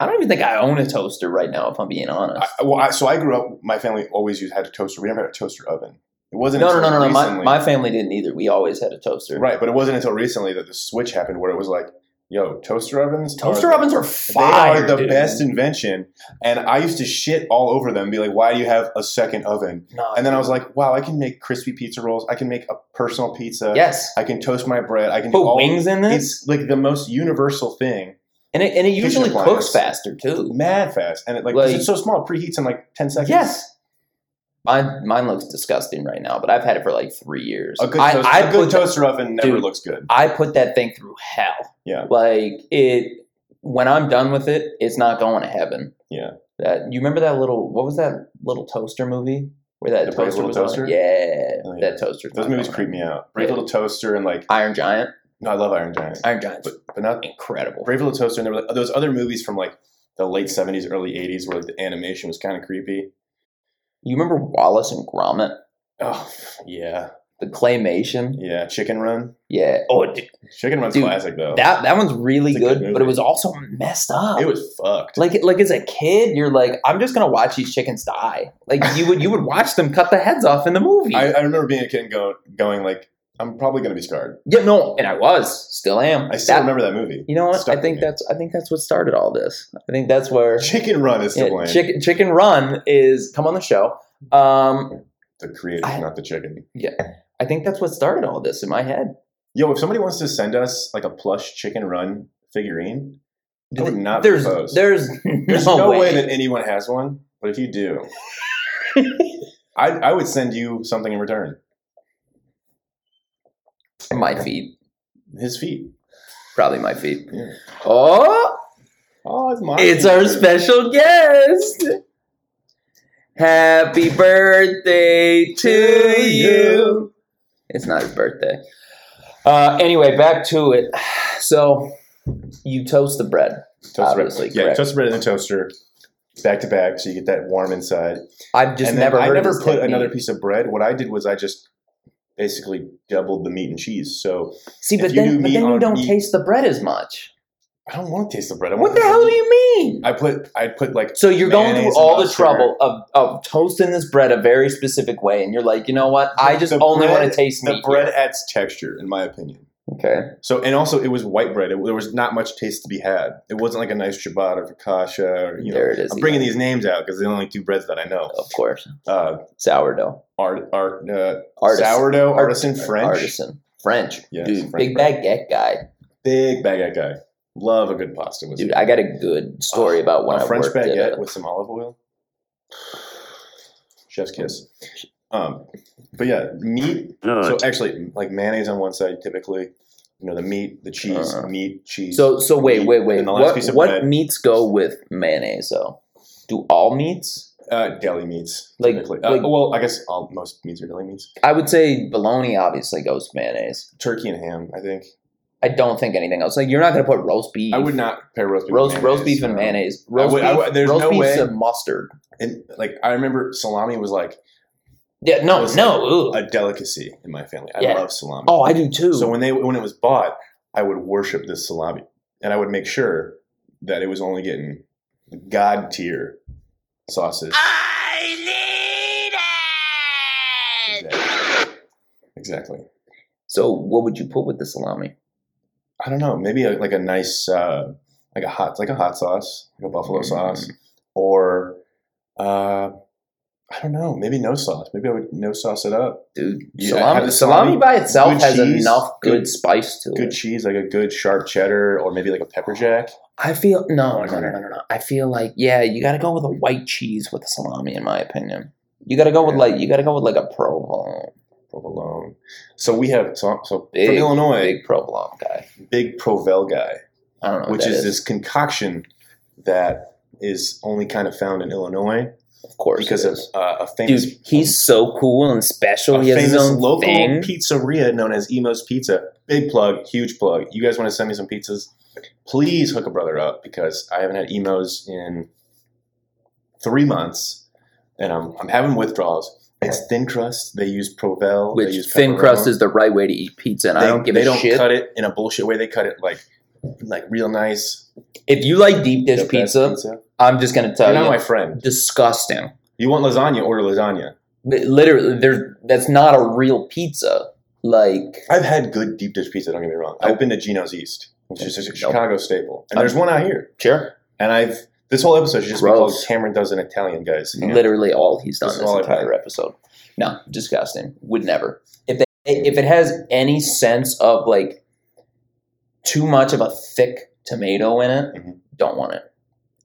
B: I don't even think I own a toaster right now if I'm being honest.
A: I, well, I, so I grew up. My family always used had a toaster. We never had a toaster oven. It wasn't
B: no, no,
A: until
B: no, no, no. My,
A: recently-
B: my family didn't either. We always had a toaster.
A: right, but it wasn't until recently that the switch happened where it was like, "Yo, toaster ovens,
B: Toaster
A: are
B: ovens are
A: They
B: fire.
A: are the
B: dude.
A: best invention, and I used to shit all over them. Be like, "Why do you have a second oven?"
B: No,
A: And then I was like, wow, I can make crispy pizza rolls. I can make a personal pizza.
B: yes.
A: I can toast my bread. I can do
B: Put
A: all
B: wings in this,
A: It's like the most universal thing.
B: and it, and it usually
A: appliance.
B: cooks faster too.
A: Mad fast. And it like, 'cause
B: Like-
A: it's so small, it preheats in like 10 seconds.
B: Yes, mine mine looks disgusting right now, but I've had it for like three years.
A: A good,
B: I,
A: toast,
B: I
A: a good
B: put that-
A: toaster oven never
B: Dude.
A: looks good.
B: I put that thing through hell.
A: Yeah.
B: Like it when I'm done with it, it's not going to heaven.
A: Yeah.
B: That you remember that little what was that little toaster movie where that
A: The Brave
B: toaster
A: Little
B: was on it?
A: Toaster?
B: Yeah,
A: Oh, yeah.
B: that toaster.
A: Those movies creep me out. Brave
B: Yeah.
A: Little Toaster and like,
B: Iron Giant.
A: no, I love Iron Giant,
B: Iron Giant's
A: but not
B: incredible.
A: Brave Little Toaster. And there were like, those other movies from like the late 70s, early 80s where like, the animation was kind of creepy.
B: You remember Wallace and Gromit,
A: Oh, yeah.
B: the claymation?
A: Yeah. Chicken Run.
B: Yeah. Oh, dude,
A: Chicken Run's
B: Dude,
A: classic though.
B: that that one's really
A: It's a good
B: good, but it
A: movie.
B: was also messed up.
A: it was fucked.
B: like like as a kid, you're like, I'm just gonna watch these chickens die. Like you would you would watch them cut the heads off in the movie.
A: I, I remember being a kid and going, going like, I'm probably going to be scarred.
B: Yeah, no, and I was, still am.
A: I still
B: That-
A: remember that movie.
B: You know what?
A: Stuck
B: I think
A: with me.
B: that's I think that's what started all this. I think that's where
A: Chicken Run is to
B: yeah,
A: blame.
B: chicken Chicken Run is come on the show. Um,
A: the creator,
B: I-
A: not the chicken.
B: I think that's what started all this in my head.
A: Yo, if somebody wants to send us like a plush Chicken Run figurine, I would not
B: there's
A: propose.
B: there's
A: There's
B: no, way.
A: that anyone has one, but if you do, I, I would send you something in return.
B: My feet.
A: His feet.
B: Probably my feet.
A: Yeah.
B: Oh,
A: Oh, it's mine.
B: it's our special guest. Happy birthday to you. It's not his birthday. Uh, anyway, back to it. So you toast the bread.
A: toaster bread.
B: obviously,
A: Yeah,
B: correct.
A: toaster bread in the toaster, back to back, so you get that warm inside.
B: I've just
A: And then
B: never.
A: I
B: heard
A: never
B: this
A: put
B: technique.
A: another piece of bread. What I did was I just basically doubled the meat and cheese. So
B: See,
A: if
B: but
A: you
B: then,
A: do
B: but
A: meat
B: then you
A: on
B: don't
A: meat-
B: taste the bread as much.
A: I don't want to taste the bread. I want
B: What the hell do you mean?
A: I put I put like
B: So you're going through
A: Mayonnaise
B: all
A: and
B: the
A: mustard.
B: trouble of, of toasting this bread a very specific way, and you're like, you know what? I just
A: The
B: only
A: bread-
B: want to taste
A: the
B: meat.
A: bread adds texture, in my opinion.
B: Okay.
A: So and also it was white bread. It, there was not much taste to be had. It wasn't like a nice ciabatta or focaccia. Or, you know,
B: there it is.
A: I'm bringing
B: again.
A: these names out because they're the only two breads that I know.
B: of course,
A: Uh,
B: sourdough,
A: art, art, uh,
B: artisan,
A: sourdough,
B: Art-
A: artisan French,
B: artisan, French,
A: Yes,
B: dude,
A: French
B: big
A: bread.
B: baguette guy,
A: big baguette guy. Love a good pasta. Was
B: dude. I got a good story about when
A: Ah, a
B: I
A: French
B: worked at
A: baguette
B: a-
A: with some olive oil. Chef's kiss. Um, but yeah, meat. So actually, like mayonnaise on one side, typically, you know, the meat, the cheese,
B: Uh-huh.
A: meat, cheese.
B: So so wait
A: meat,
B: wait wait.
A: and the last
B: What,
A: piece of
B: what
A: bread.
B: meats go with mayonnaise though? Do all meats?
A: uh, deli meats,
B: Like-
A: typically. Uh,
B: like-
A: well, I guess all, most meats are deli meats.
B: I would say bologna obviously goes with mayonnaise.
A: Turkey and ham, I think.
B: I don't think anything else. Like you're not gonna put roast beef.
A: I would not pair roast beef.
B: roast
A: with
B: roast beef and
A: no.
B: mayonnaise. Roast
A: would- I would-
B: beef.
A: there's
B: roast
A: no
B: beef's
A: way.
B: a mustard.
A: And like, I remember salami was like
B: Yeah. No.
A: It's
B: No.
A: a ooh. delicacy in my family. I
B: Yeah.
A: love salami.
B: oh, I do too.
A: So when they when it was bought, I would worship this salami, and I would make sure that it was only getting god tier sauces.
C: I need
A: Exactly. exactly.
B: so what would you put with the salami?
A: I don't know. Maybe a, like a nice uh, like a hot like a hot sauce, like a buffalo
B: Mm.
A: sauce, or uh, I don't know. Maybe no sauce. Maybe I would no sauce it up.
B: dude.
A: Yeah,
B: salami,
A: have the
B: salami
A: salami,
B: by itself
A: good
B: has
A: cheese,
B: enough good,
A: good-
B: spice to
A: Good
B: it.
A: cheese, like a good sharp cheddar, or maybe like a pepper jack.
B: I feel
A: Oh,
B: no, no, no, no, no, no. I feel like yeah, you got to go with a white cheese with a salami, in my opinion. You got to go with
A: Yeah.
B: like you got to go with like a provolone,
A: Provolone. So we have so, so
B: Big,
A: from Illinois,
B: big provolone guy.
A: big, Provel guy.
B: I don't know,
A: which is,
B: Oh, is
A: this concoction that is only kind of found in Illinois
B: of course
A: because
B: it
A: of
B: is.
A: uh, a famous,
B: dude. He's so cool and special.
A: a
B: He has his
A: famous
B: own
A: local
B: thing.
A: pizzeria known as Emo's Pizza. Big plug, huge plug. You guys want to send me some pizzas? Please hook a brother up because I haven't had Emo's in three months, and I'm, I'm having withdrawals. It's thin crust. They use Provel. they
B: Which
A: use
B: thin crust
A: pepperoni.
B: is the right way to eat pizza, and
A: They,
B: I don't give
A: they
B: a
A: don't
B: shit.
A: cut it in a bullshit way. They cut it like like real nice.
B: If you like deep dish
A: the best
B: pizza, I'm just gonna tell
A: You're not
B: you,
A: my friend.
B: disgusting.
A: You want lasagna? Order lasagna.
B: But literally, there's that's not a real pizza. Like
A: I've had good deep dish pizza. Don't get me wrong. I've been to Gino's East, which is just a
B: Nope.
A: Chicago staple, and there's one out here.
B: sure,
A: And I've this whole episode should just be called
B: Gross.
A: Cameron does an Italian, guys. And
B: literally all he's done
A: This
B: this,
A: is all I've
B: entire episode. No, disgusting. Would never. If they, if it has any sense of like too much of a thick tomato in it,
A: Mhm.
B: don't want it.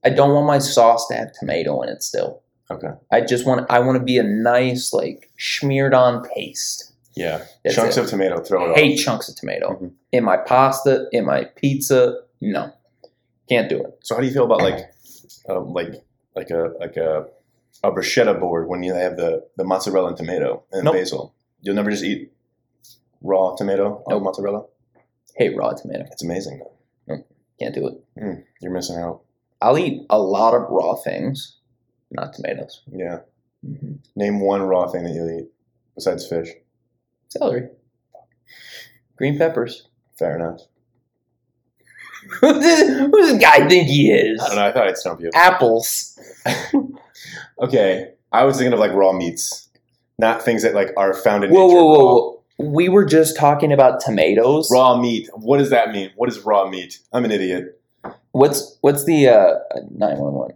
B: I don't want my sauce to have tomato in it still.
A: Okay.
B: I just want I want to be a nice like smeared on paste.
A: yeah,
B: That's
A: chunks
B: it.
A: of tomato, throw it
B: hate chunks of tomato
A: Mhm.
B: in my pasta, in my pizza. No, can't do it.
A: off. So how do you feel about like, um, like, like a like a a bruschetta board when you have the the mozzarella and tomato and
B: Nope.
A: basil? You'll never just eat raw tomato or
B: Nope.
A: mozzarella.
B: Hate raw tomato.
A: It's amazing though.
B: Can't do it.
A: You're missing out.
B: I'll eat a lot of raw things, not tomatoes. Mm-hmm.
A: Yeah. Name one raw thing that you'll eat besides fish.
B: Celery, green peppers.
A: Fair enough.
B: who, does, who does this guy think he is?
A: I don't know. I thought I'd stump you.
B: Apples.
A: Okay, I was thinking of like raw meats, not things that like are found in
B: Whoa,
A: nature.
B: whoa, whoa,
A: Raw-
B: whoa. We were just talking about tomatoes.
A: Raw meat. What does that mean? What is raw meat? I'm an idiot.
B: What's what's the uh nine one one?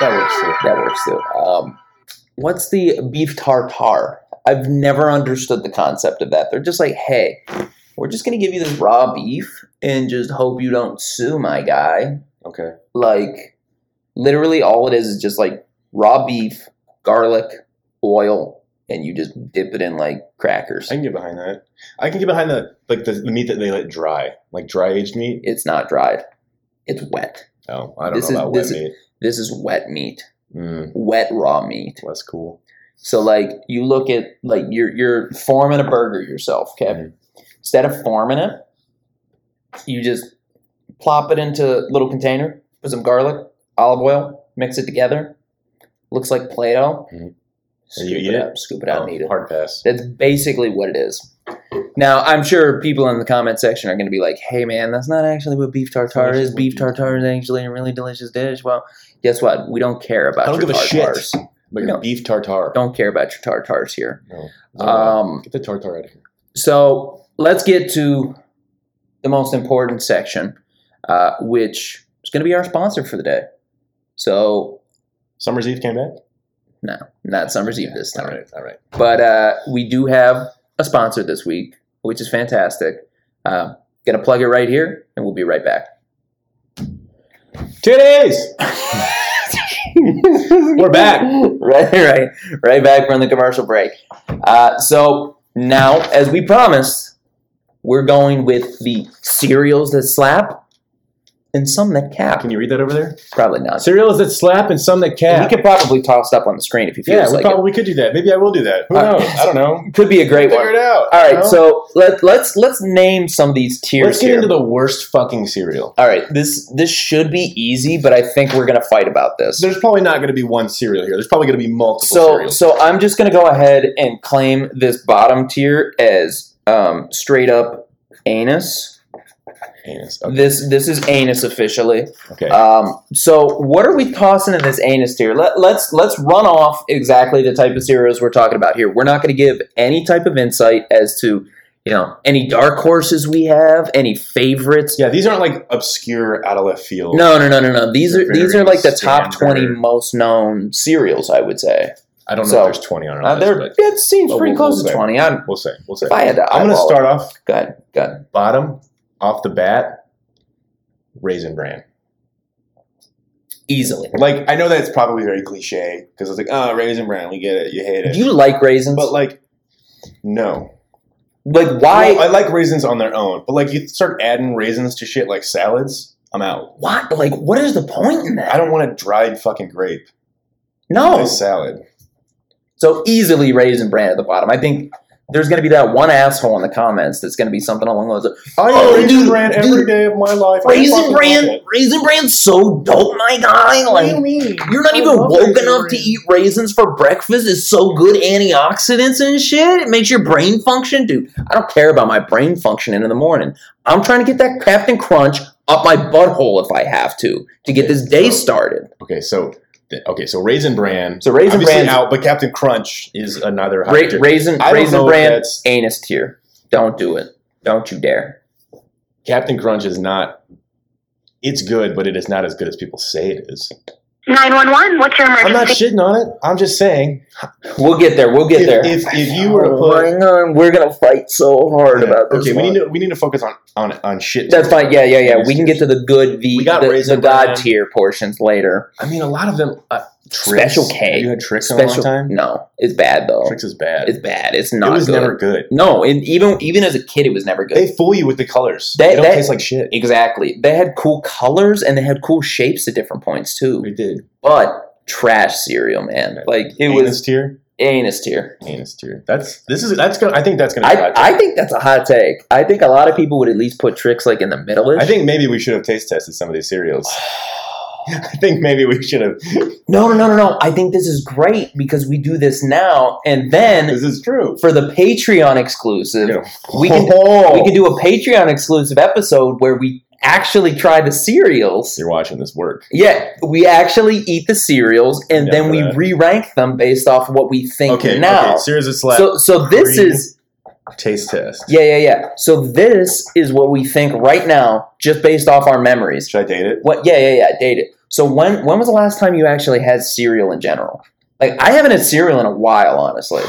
A: That works too.
B: That works too. Um, what's the beef tartare? I've never understood the concept of that. They're just like, hey, we're just gonna give you this raw beef and just hope you don't sue, my guy.
A: Okay.
B: Like, literally, all it is is just like raw beef, garlic, oil, and you just dip it in like crackers.
A: I can get behind that. I can get behind the like the, the meat that they let dry, like dry aged meat.
B: It's not dried. It's wet.
A: Oh, I don't
B: This
A: know
B: is-
A: about
B: this
A: wet
B: is-
A: meat.
B: This is wet meat.
A: Mm,
B: Wet raw meat.
A: that's cool.
B: So like you look at like you're you're forming a burger yourself, okay?
A: Mhm.
B: Instead of forming it, you just plop it into a little container, put some garlic, olive oil, mix it together. Looks like Play-Doh.
A: Mhm.
B: Scoop
A: you eat
B: it
A: it?
B: up, scoop it out,
A: Oh,
B: and eat it.
A: Hard pass.
B: That's basically what it is. Now, I'm sure people in the comment section are going to be like, hey, man, that's not actually what beef tartare
A: That's
B: is.
A: what
B: Beef
A: beef
B: tartare is actually a really delicious dish. Well, guess what? We don't care about
A: I don't
B: your
A: give a shit.
B: tartars.
A: But your
B: No.
A: beef tartare.
B: Don't care about your tartars here.
A: No.
B: Um,
A: get the tartare out of here.
B: so let's get to the most important section, uh, which is going to be our sponsor for the day. So,
A: Summer's Eve came back.
B: no, not Summer's Eve this time.
A: All right, all right.
B: But uh, we do have a sponsor this week, which is fantastic. Uh, gonna plug it right here, and we'll be right back.
A: Two days. We're back.
B: right, right, right back from the commercial break. Uh, so now, as we promised, we're going with the cereals that slap and some that cap.
A: Can you read that over there?
B: Probably not.
A: Cereals that slap and some that
B: And
A: cap.
B: We could probably toss it up on the screen if you feel
A: yeah, we
B: like
A: probably could do that. Maybe I will do that. Who
B: All
A: knows?
B: right.
A: I don't know.
B: it. Could be a great
A: Figure
B: one.
A: it out.
B: All
A: you
B: right,
A: know?
B: so let, let's let's name some of these tiers
A: let's get
B: here.
A: into the worst fucking cereal.
B: All right, this this should be easy, but I think we're gonna fight about this.
A: There's probably not going to be one cereal here. There's probably going to be multiple
B: So
A: cereals.
B: so I'm just gonna go ahead and claim this bottom tier as um, straight up anus.
A: Anus. Okay.
B: This this is anus officially.
A: okay.
B: Um, so what are we tossing in this anus tier? Let, let's let's run off exactly the type of cereals we're talking about here. We're not going to give any type of insight as to you know any dark horses we have, any favorites.
A: yeah, these aren't like obscure out of left field.
B: No, no, no, no, no. These
A: They're
B: are these are
A: very
B: like the top twenty
A: standard.
B: most known cereals. I would say
A: I don't know
B: So-
A: if there's 20 on our
B: uh,
A: list,
B: they're,
A: but
B: it seems
A: Well,
B: pretty
A: we'll-
B: close
A: we'll
B: to
A: say.
B: twenty. I'm,
A: we'll say. We'll say.
B: if I had to,
A: I'm going to start off
B: Go ahead, go ahead.
A: bottom off the bat. Raisin Bran.
B: easily.
A: Like I know that's probably very cliche because it's like, oh, Raisin Bran, we get it, you hate it.
B: Do you like raisins?
A: but like, no.
B: like why?
A: Well, I like raisins on their own, but like you start adding raisins to shit like salads, I'm out.
B: why? Like what is the point in that?
A: I don't want a dried fucking grape.
B: No. Oh.
A: in my salad.
B: So easily raisin bran at the bottom. I think there's going to be that one asshole in the comments that's going to be something along those. lines.
A: I
B: Oh,
A: eat
B: dude,
A: raisin bran every
B: dude.
A: day of my life. I
B: Raisin
A: fucking love
B: bran,
A: it.
B: raisin bran's so dope, my guy. Like
A: mean?
B: you're not
A: I
B: even
A: love
B: woke
A: Raisin
B: enough to
A: Bran.
B: eat raisins for breakfast. It's so good, antioxidants and shit. It makes your brain function, dude. I don't care about my brain functioning in the morning. I'm trying to get that Captain Crunch up my butthole if I have to to get this day started.
A: Okay, so th- okay, so raisin bran.
B: So raisin
A: obviously
B: bran,
A: out, but Captain Crunch is another hot
B: ra-
A: tier.
B: raisin,
A: I don't know
B: raisin
A: if
B: bran,
A: that's-
B: anus tier. Don't do it. Don't you dare.
A: Captain Crunch is not. It's good, but it is not as good as people say it is.
C: 911, what's your
A: I'm
C: emergency?
A: not shitting on it. I'm just saying.
B: We'll get there. We'll get
A: if,
B: there.
A: If, if you were to
B: Oh
A: put,
B: my God, we're gonna fight so hard about this.
A: okay, we
B: one.
A: need to we need to focus on on on shit.
B: That's fine. Yeah, yeah, yeah.
A: Anus
B: We can get to the good, the
A: We got
B: the, the
A: raisin
B: god
A: bran.
B: tier portions later.
A: I mean, a lot of them. Uh,
B: Special
A: Trix.
B: K.
A: Have you had tricks in a long
B: Special.
A: time?
B: No, it's bad though.
A: Tricks is bad.
B: It's bad. It's
A: it
B: not.
A: was
B: good.
A: never good.
B: No, and even even as a kid, it was never good.
A: They fool you with the colors.
B: That-
A: they don't
B: that-
A: taste like shit.
B: exactly. They had cool colors and they had cool shapes at different points too.
A: We did.
B: but trash cereal, man. Like it
A: anus
B: was
A: tier.
B: anus tier.
A: Anus tier. That's this is that's gonna. I think that's gonna. be
B: I,
A: hot.
B: I think that's a hot take. I think a lot of people would at least put tricks like in the middle.
A: I think maybe we should have taste tested some of these cereals. I think maybe we should have.
B: no, no, no, no, no. I think this is great because we do this now and then
A: This is true.
B: for the Patreon exclusive,
A: Yeah.
B: we can
A: Oh.
B: we can do a Patreon exclusive episode where we actually try the cereals.
A: You're watching this work.
B: Yeah, we actually eat the cereals and
A: Yeah,
B: then
A: for
B: we
A: that.
B: re rank them based off what we think
A: Okay.
B: now.
A: Okay. Cereals is slap.
B: so, so this
A: Green.
B: is
A: taste test.
B: Yeah, yeah, yeah. So this is what we think right now, just based off our memories.
A: Should I date it?
B: What? Yeah, yeah, yeah. Date it. So when when was the last time you actually had cereal in general? Like I haven't had cereal in a while, honestly.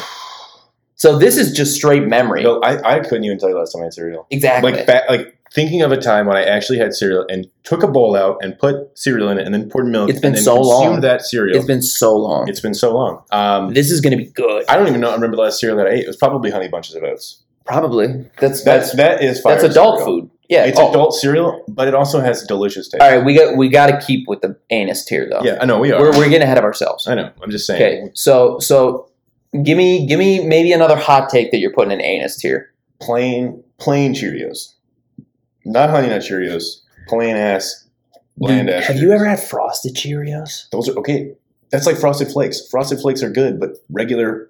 B: So this is just straight memory.
A: No, I, I couldn't even tell you last time I had cereal.
B: Exactly.
A: Like back, like thinking of a time when I actually had cereal and took a bowl out and put cereal in it and then poured milk.
B: It's been
A: and then
B: so long.
A: consumed that cereal.
B: It's been so long.
A: It's been so long. Um,
B: this is going to be good.
A: I don't even know. I remember the last cereal that I ate. It was probably Honey Bunches of Oats.
B: Probably. That's
A: That's
B: that's
A: that is fire
B: that's adult
A: cereal.
B: food. Yeah.
A: It's
B: oh,
A: adult cereal, but it also has delicious taste.
B: All right, we got we got to keep with the anus tier though.
A: Yeah, I know we are.
B: We're, we're getting ahead of ourselves.
A: I know. I'm just saying.
B: Okay, so so give me give me maybe another hot take that you're putting in anus tier.
A: Plain, plain Cheerios, not Honey Nut Cheerios. Plain ass, bland ass.
B: have you
A: Cheerios.
B: ever had frosted Cheerios?
A: Those are okay. That's like Frosted Flakes. Frosted Flakes are good, but regular,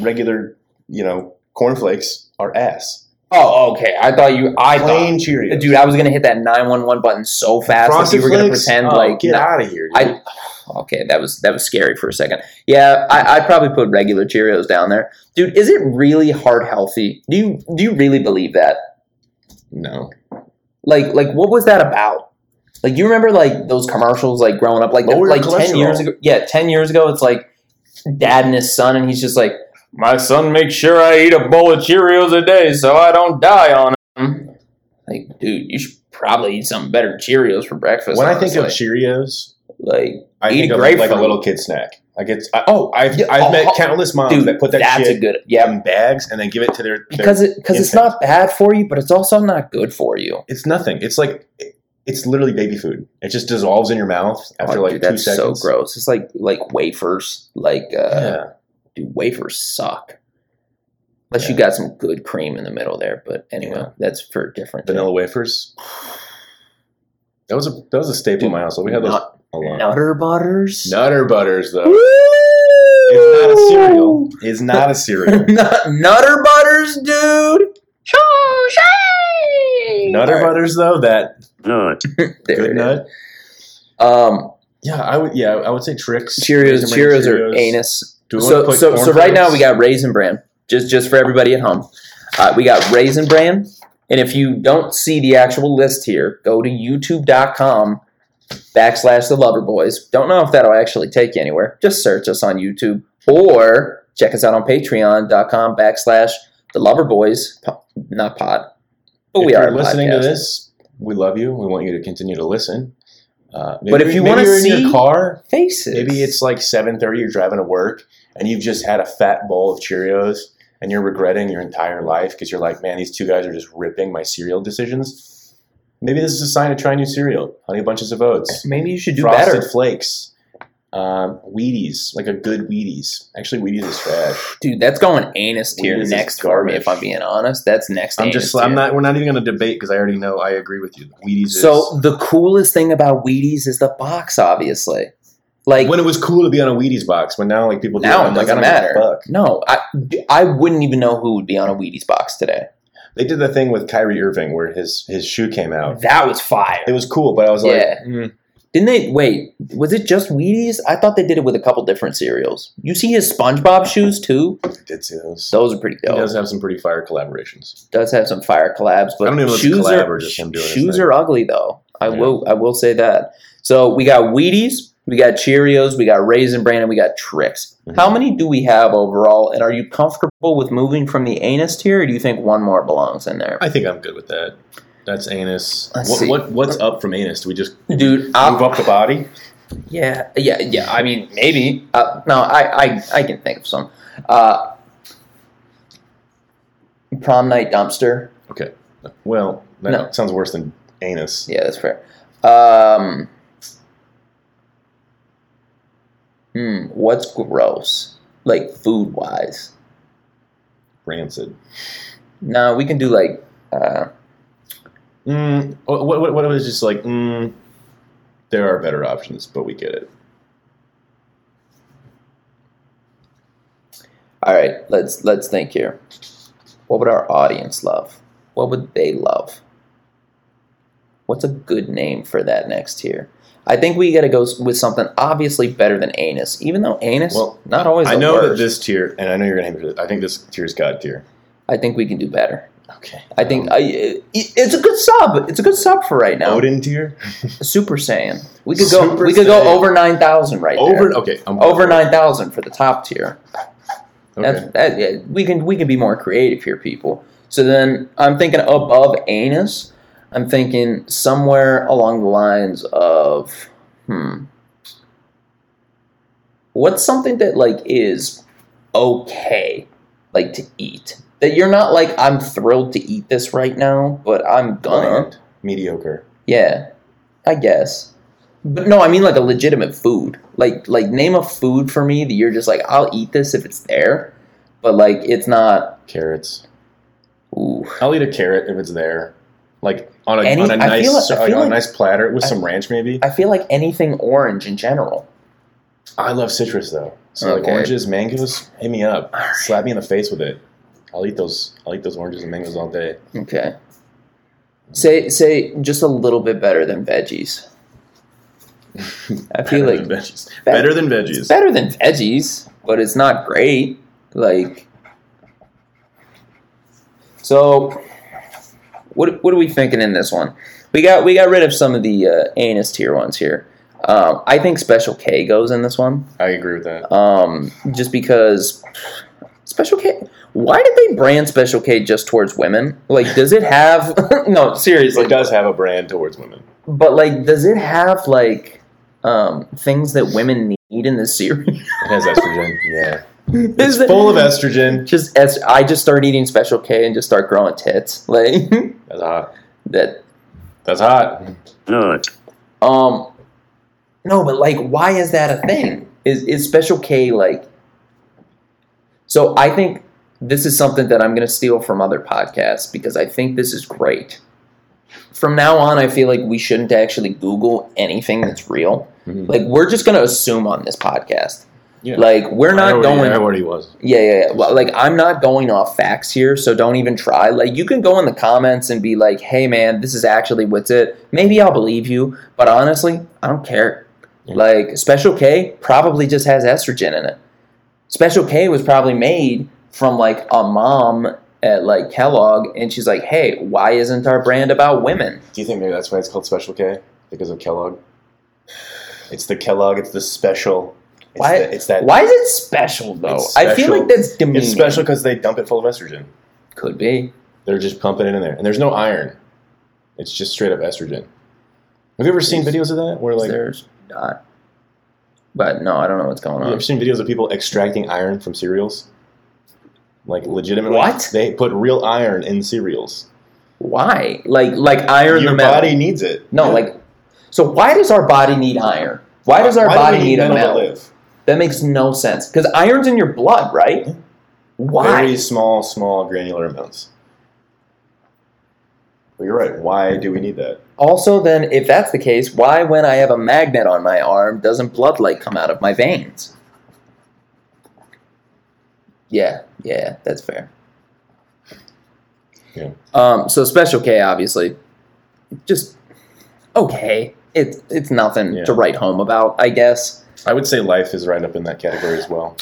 A: regular, you know, cornflakes are ass.
B: Oh, okay. I thought you. I
A: Plain
B: thought,
A: Cheerios.
B: dude, I was gonna hit that nine one one button so fast that
A: Frosted
B: you were gonna
A: Flakes?
B: pretend
A: Oh,
B: like
A: get
B: no.
A: out of here. dude.
B: I okay, that was that was scary for a second. Yeah, I, I'd probably put regular Cheerios down there, dude. Is it really heart healthy? Do you do you really believe that?
A: no.
B: Like like what was that about? Like you remember like those commercials like growing up like
A: Lower your
B: like ten
A: cholesterol.
B: years ago? Yeah, ten years ago, it's like dad and his son, and he's just like, my son makes sure I eat a bowl of Cheerios a day so I don't die on them. Like, dude, you should probably eat something better than Cheerios for breakfast.
A: When I think of
B: honestly.
A: Cheerios,
B: like
A: I
B: Eat
A: think
B: a
A: of like a
B: grapefruit.
A: little kid snack. Like it's I, oh, I've
B: Yeah,
A: I've
B: oh,
A: met
B: oh,
A: countless moms
B: dude,
A: that put that
B: that's
A: shit
B: a good yeah.
A: in bags and then give it to their, their
B: because it because it's
A: infant.
B: not bad for you, but it's also not good for you.
A: it's nothing. It's like it- it's literally baby food. It just dissolves in your mouth after
B: Oh,
A: like
B: dude,
A: two
B: that's
A: seconds.
B: so gross. It's like like wafers. Like uh,
A: Yeah.
B: dude, wafers suck. Unless you got some good cream in the middle there, but anyway,
A: Yeah.
B: that's for a different day.
A: Vanilla wafers. That was a that was a staple in my house. We had those
B: Nut-
A: a lot.
B: nutter butters.
A: Nutter butters though.
B: Woo!
A: It's not a cereal. It's not a cereal.
B: Nut- nutter butters, dude.
A: Nutter
B: Alright.
A: butters though, that
B: There
A: good
B: it is.
A: nut.
B: Um,
A: Yeah, I would yeah, I would say tricks.
B: Cheerios,
A: Raisin Bran
B: Cheerios, are anus.
A: Do we wanna
B: so
A: put
B: so, so
A: corn
B: right now
A: flakes?
B: we got raisin bran just just for everybody at home uh, we got raisin bran and if you don't see the actual list here go to youtube.com backslash the lover boys don't know if that'll actually take you anywhere just search us on youtube or check us out on patreon.com backslash the lover boys po- not pod but
A: if
B: we are
A: you're
B: a
A: listening
B: podcast.
A: to this. We love you. We want you to continue to listen. Uh, maybe,
B: But if you
A: maybe
B: wanna
A: you're in
B: see-
A: your car,
B: faces
A: maybe it's like seven thirty. You're driving to work, and you've just had a fat bowl of Cheerios, and you're regretting your entire life because you're like, man, these two guys are just ripping my cereal decisions. Maybe this is a sign to try new cereal: Honey Bunches of Oats,
B: maybe you should do
A: Frosted
B: better
A: Flakes, um, Wheaties, like a good Wheaties. Actually, Wheaties is trash.
B: dude that's going anus tier
A: Wheaties is
B: next for me if i'm
A: garbage.
B: being honest that's next to
A: I'm
B: anus
A: just. I'm
B: tier.
A: not. We're not even going to debate because I already know. I agree with you. Wheaties. is,
B: So the coolest thing about Wheaties is the box, obviously. Like
A: when it was cool to be on a Wheaties box, but now like people do
B: now
A: it.
B: it
A: I'm like,
B: doesn't
A: I don't give a
B: matter.
A: fuck.
B: No, I I wouldn't even know who would be on a Wheaties box today.
A: They did the thing with Kyrie Irving where his his shoe came out.
B: Oh, That was fire.
A: It was cool, but I was like,
B: Yeah. Didn't they? Wait, was it just Wheaties? I thought they did it with a couple different cereals. You see his SpongeBob shoes too.
A: I did see those.
B: Those are pretty
A: He
B: dope.
A: does have some pretty fire collaborations.
B: does have some fire collabs, but
A: I don't even know if it's
B: shoes
A: collab
B: are
A: or just him doing his
B: shoes
A: thing.
B: are ugly though. I
A: Yeah.
B: will I will say that. So we got Wheaties, we got Cheerios, we got Raisin Bran, and we got Tricks.
A: Mhm.
B: How many do we have overall? And are you comfortable with moving from the anus tier, or do you think one more belongs in there,
A: I think I'm good with that. That's anus.
B: Let's
A: What,
B: see. Ah.
A: what what's up from anus? Do we just
B: dude?
A: move
B: I'll,
A: up the body?
B: yeah, yeah, yeah. I mean, maybe. Uh, no, I, I I can think of some. Uh, prom night dumpster.
A: Okay. Well, that
B: No.
A: sounds worse than anus.
B: Yeah, that's fair. Um, hmm, what's gross? Like food wise?
A: Rancid.
B: No, we can do like. Uh,
A: Mm, what, what, what was just like? Mm, there are better options, but we get it.
B: all right, let's let's think here. What would our audience love? What would they love? What's a good name for that next tier? I think we got to go s- with something obviously better than anus, even though anus
A: Well,
B: not always.
A: I
B: the
A: know that
B: worst.
A: this tier, and I know you're gonna hate me for this. I think this tier is God tier.
B: I think we can do better.
A: Okay.
B: I think I, it, it's a good sub. It's a good sub for right now.
A: Odin tier.
B: Super Saiyan. We could go.
A: Super
B: we could go
A: Saiyan.
B: over nine thousand right
A: Over.
B: there.
A: Okay. I'm
B: Over nine thousand for the top tier. That's,
A: Okay.
B: that, yeah, we can we can be more creative here, people. So then I'm thinking above anus. I'm thinking somewhere along the lines of, hmm, what's something that like is okay, like to eat that you're not like I'm thrilled to eat this right now, but I'm gonna.
A: Bland, Uh-huh. mediocre.
B: Yeah, I guess. But no, I mean like a legitimate food. Like like name a food for me that you're just like I'll eat this if it's there, but like it's not.
A: Carrots.
B: Ooh,
A: I'll eat a carrot if it's there, like on a,
B: Any-
A: on a
B: I
A: nice
B: feel like- I
A: like,
B: feel
A: on a
B: like-
A: nice platter with
B: I-
A: some ranch maybe. I,
B: I feel like anything orange in general.
A: love citrus though, so like
B: Okay.
A: oranges, mangoes, hit me up,
B: All right.
A: slap me in the face with it. I'll eat those. I'll eat those oranges and mangoes all day.
B: Okay. Say say just a little bit better than veggies. I feel
A: Better
B: like
A: than veggies. Better than
B: it's
A: veggies.
B: better than veggies, but it's not great. Like So what what are we thinking in this one? We got we got rid of some of the uh, anus tier ones here. Um, I think Special K goes in this one,
A: I agree with that.
B: um, just because Special K. Why did they brand Special K just towards women? Like, does it have? no, seriously,
A: It does have a brand towards women.
B: but like, does it have like um, things that women need in this series?
A: It has estrogen. yeah,
B: Is
A: it's
B: it-
A: full of estrogen.
B: Just as I just start eating Special K and just start growing tits, like
A: That's hot.
B: that.
A: That's hot.
B: Um, no, but like, why is that a thing? Is is Special K like? So I think this is something that I'm going to steal from other podcasts because I think this is great. From now on, I feel like we shouldn't actually Google anything that's real.
A: Mhm.
B: Like we're just going to assume on this podcast.
A: Yeah.
B: Like we're
A: I
B: not
A: already-
B: going.
A: I already was.
B: Yeah, yeah, yeah. Well, like I'm not going off facts here, so don't even try. Like you can go in the comments and be like, "Hey, man, this is actually what's it." Maybe I'll believe you, but honestly, I don't care.
A: Yeah.
B: Like Special K probably just has estrogen in it. Special K was probably made from like a mom at like Kellogg, and she's like, "Hey, why isn't our brand about women?"
A: Do you think maybe that's why it's called Special K? Because of Kellogg? It's the Kellogg. It's the special. It's,
B: Why-
A: the- it's that.
B: Why is it special though?
A: It's
B: I feel
A: special.
B: like that's demeaning.
A: It's special because they dump it full of estrogen.
B: Could be.
A: They're just pumping it in there, and there's no iron. It's just straight up estrogen. Have you ever seen
B: Is-
A: videos of that? Where like,
B: There's not. But no, I don't know what's going
A: you
B: on.
A: ever seen videos of people extracting iron from cereals? Like legitimately,
B: What?
A: They put real iron in cereals.
B: Why? Like like iron
A: Your
B: or metal?
A: body needs it.
B: no,
A: Yeah.
B: like so why does our body need iron? Why does our
A: do
B: body
A: we
B: need, a
A: metal to
B: metal?
A: live?
B: That makes no sense cuz iron's in your blood, right? Why?
A: Very small, small granular amounts. Well, you're right. Why do we need that?
B: Also then if that's the case, why when I have a magnet on my arm doesn't blood like come out of my veins? Yeah, yeah, that's fair.
A: Yeah.
B: Um so special K obviously just okay. It's it's nothing
A: Yeah.
B: to write home about, I guess.
A: I would say life is right up in that category as well.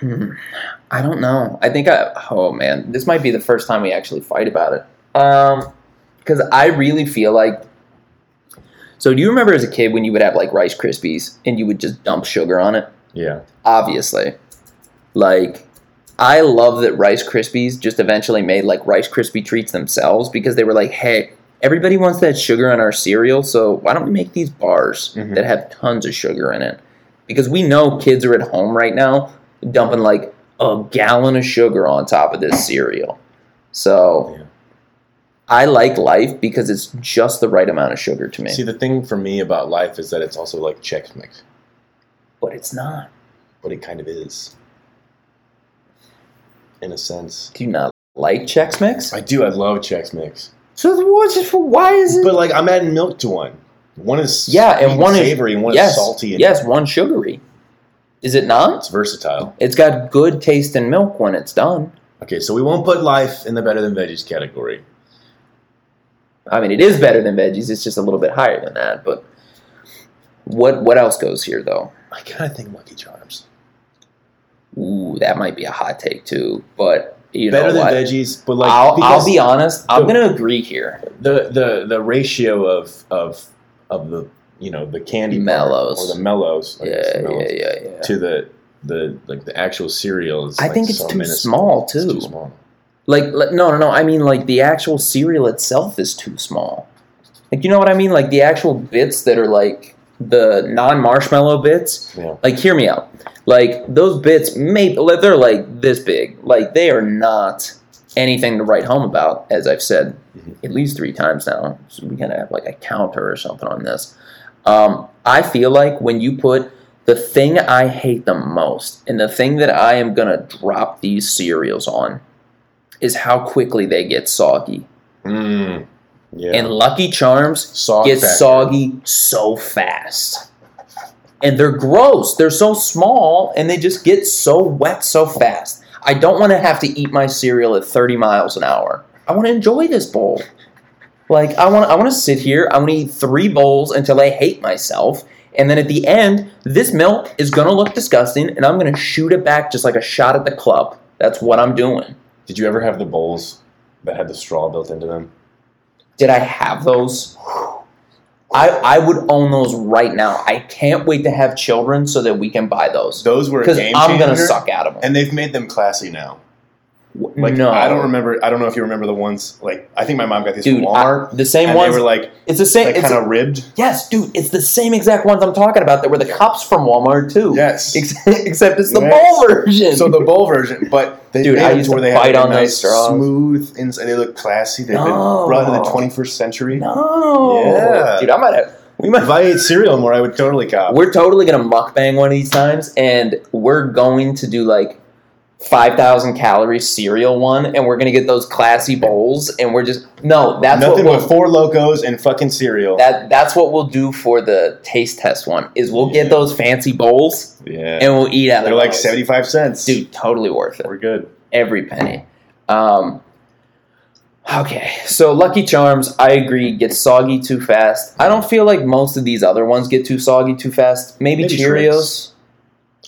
B: Hmm. I don't know. I think I. Oh man, this might be the first time we actually fight about it. Um, because I really feel like. So do you remember as a kid when you would have like Rice Krispies and you would just dump sugar on it?
A: Yeah.
B: Obviously, like. I love that Rice Krispies just eventually made like Rice Krispie treats themselves because they were like, hey, everybody wants that sugar in our cereal, so why don't we make these bars
A: Mhm.
B: that have tons of sugar in it? Because we know kids are at home right now dumping like a gallon of sugar on top of this cereal. So
A: Yeah.
B: I like life because it's just the right amount of sugar to me.
A: See, the thing for me about life is that it's also like Chex Mix,
B: but it's not.
A: but it kind of is, in a sense.
B: Do you not like Chex Mix?
A: I do. I love Chex Mix,
B: So what's, why is it?
A: but like I'm adding milk to one. One is
B: Yeah, and
A: sweet
B: one is-
A: savory, and one
B: yes,
A: is salty. And
B: yes, one sugary. Is it not?
A: it's versatile.
B: It's got good taste in milk when it's done.
A: Okay, so we won't put life in the better than veggies category.
B: I mean, it is better than veggies. It's just a little bit higher than that. But what what else goes here though?
A: I kind of think Lucky Charms.
B: Ooh, that might be a hot take too. But you
A: better
B: know
A: than
B: what?
A: veggies, but like
B: I'll, I'll
A: because
B: be honest. I'm
A: the-
B: gonna agree here.
A: the the the ratio of of of the you know the candy bar
B: Mellows.
A: or the mellows, I guess,
B: Yeah,
A: the
B: yeah,
A: mellows,
B: yeah, yeah.
A: to the the like the actual cereal is
B: I
A: like
B: think it's
A: so
B: too
A: minuscule.
B: small
A: It's
B: too.
A: small.
B: Like, like no, no, no. I mean, like the actual cereal itself is too small. Like, you know what I mean? Like the actual bits that are like the non-marshmallow bits.
A: Yeah.
B: Like, hear me out. Like those bits, maybe they're like this big. Like they are not anything to write home about, as I've said
A: Mhm.
B: at least three times now. So we gotta have like a counter or something on this. Um, I feel like when you put the thing I hate the most and the thing that I am gonna drop these cereals on is how quickly they get soggy.
A: Mm. Yeah.
B: And Lucky Charms
A: Soft
B: gets
A: factor.
B: soggy so fast. And they're gross. They're so small and they just get so wet so fast. I don't want to have to eat my cereal at 30 miles an hour. I want to enjoy this bowl. Like I want I want to sit here, I want to eat 3 bowls until I hate myself. And then at the end, this milk is going to look disgusting and I'm going to shoot it back just like a shot at the club. That's what I'm doing.
A: Did you ever have the bowls that had the straw built into them?
B: Did I have those? I I would own those right now. I can't wait to have children so that we can buy those
A: Those were a
B: because
A: game
B: I'm gonna
A: changer,
B: suck out of them.
A: And they've made them classy now.
B: W-
A: Like
B: no,
A: I don't remember. I don't know if you remember the ones. Like I think my mom got these
B: dude.
A: from
B: I-
A: Walmart.
B: the same
A: and
B: ones.
A: they were like
B: it's the same.
A: like
B: It's,
A: kind of ribbed.
B: yes, dude. It's the same exact ones I'm talking about. That were the cups from Walmart too.
A: Yes.
B: Ex- except it's the
A: Yes.
B: bowl version.
A: So the bowl version, but they
B: Dude,
A: made
B: I
A: them
B: used
A: where
B: to
A: they had like
B: bite
A: a
B: on those
A: nice,
B: straws.
A: smooth inside. They look classy. They've
B: No.
A: been brought into the 21st century.
B: no,
A: Yeah.
B: dude, I might have. We might
A: If I ate cereal more, I would totally cop.
B: We're totally gonna mukbang one of these times, and we're going to do like five thousand calorie cereal one, and we're gonna get those classy bowls, and we're just no, that's
A: Nothing
B: what
A: but
B: we'll,
A: four locos and fucking cereal.
B: that that's what we'll do for the taste test one is we'll
A: Yeah.
B: get those fancy bowls
A: yeah,
B: and we'll eat out
A: they're
B: of
A: like
B: those.
A: seventy-five cents.
B: dude, totally worth it
A: we're good.
B: every penny. Um, okay, so Lucky Charms, I agree, get soggy too fast. I don't feel like most of these other ones get too soggy too fast. Maybe,
A: Maybe
B: Cheerios.
A: Trix.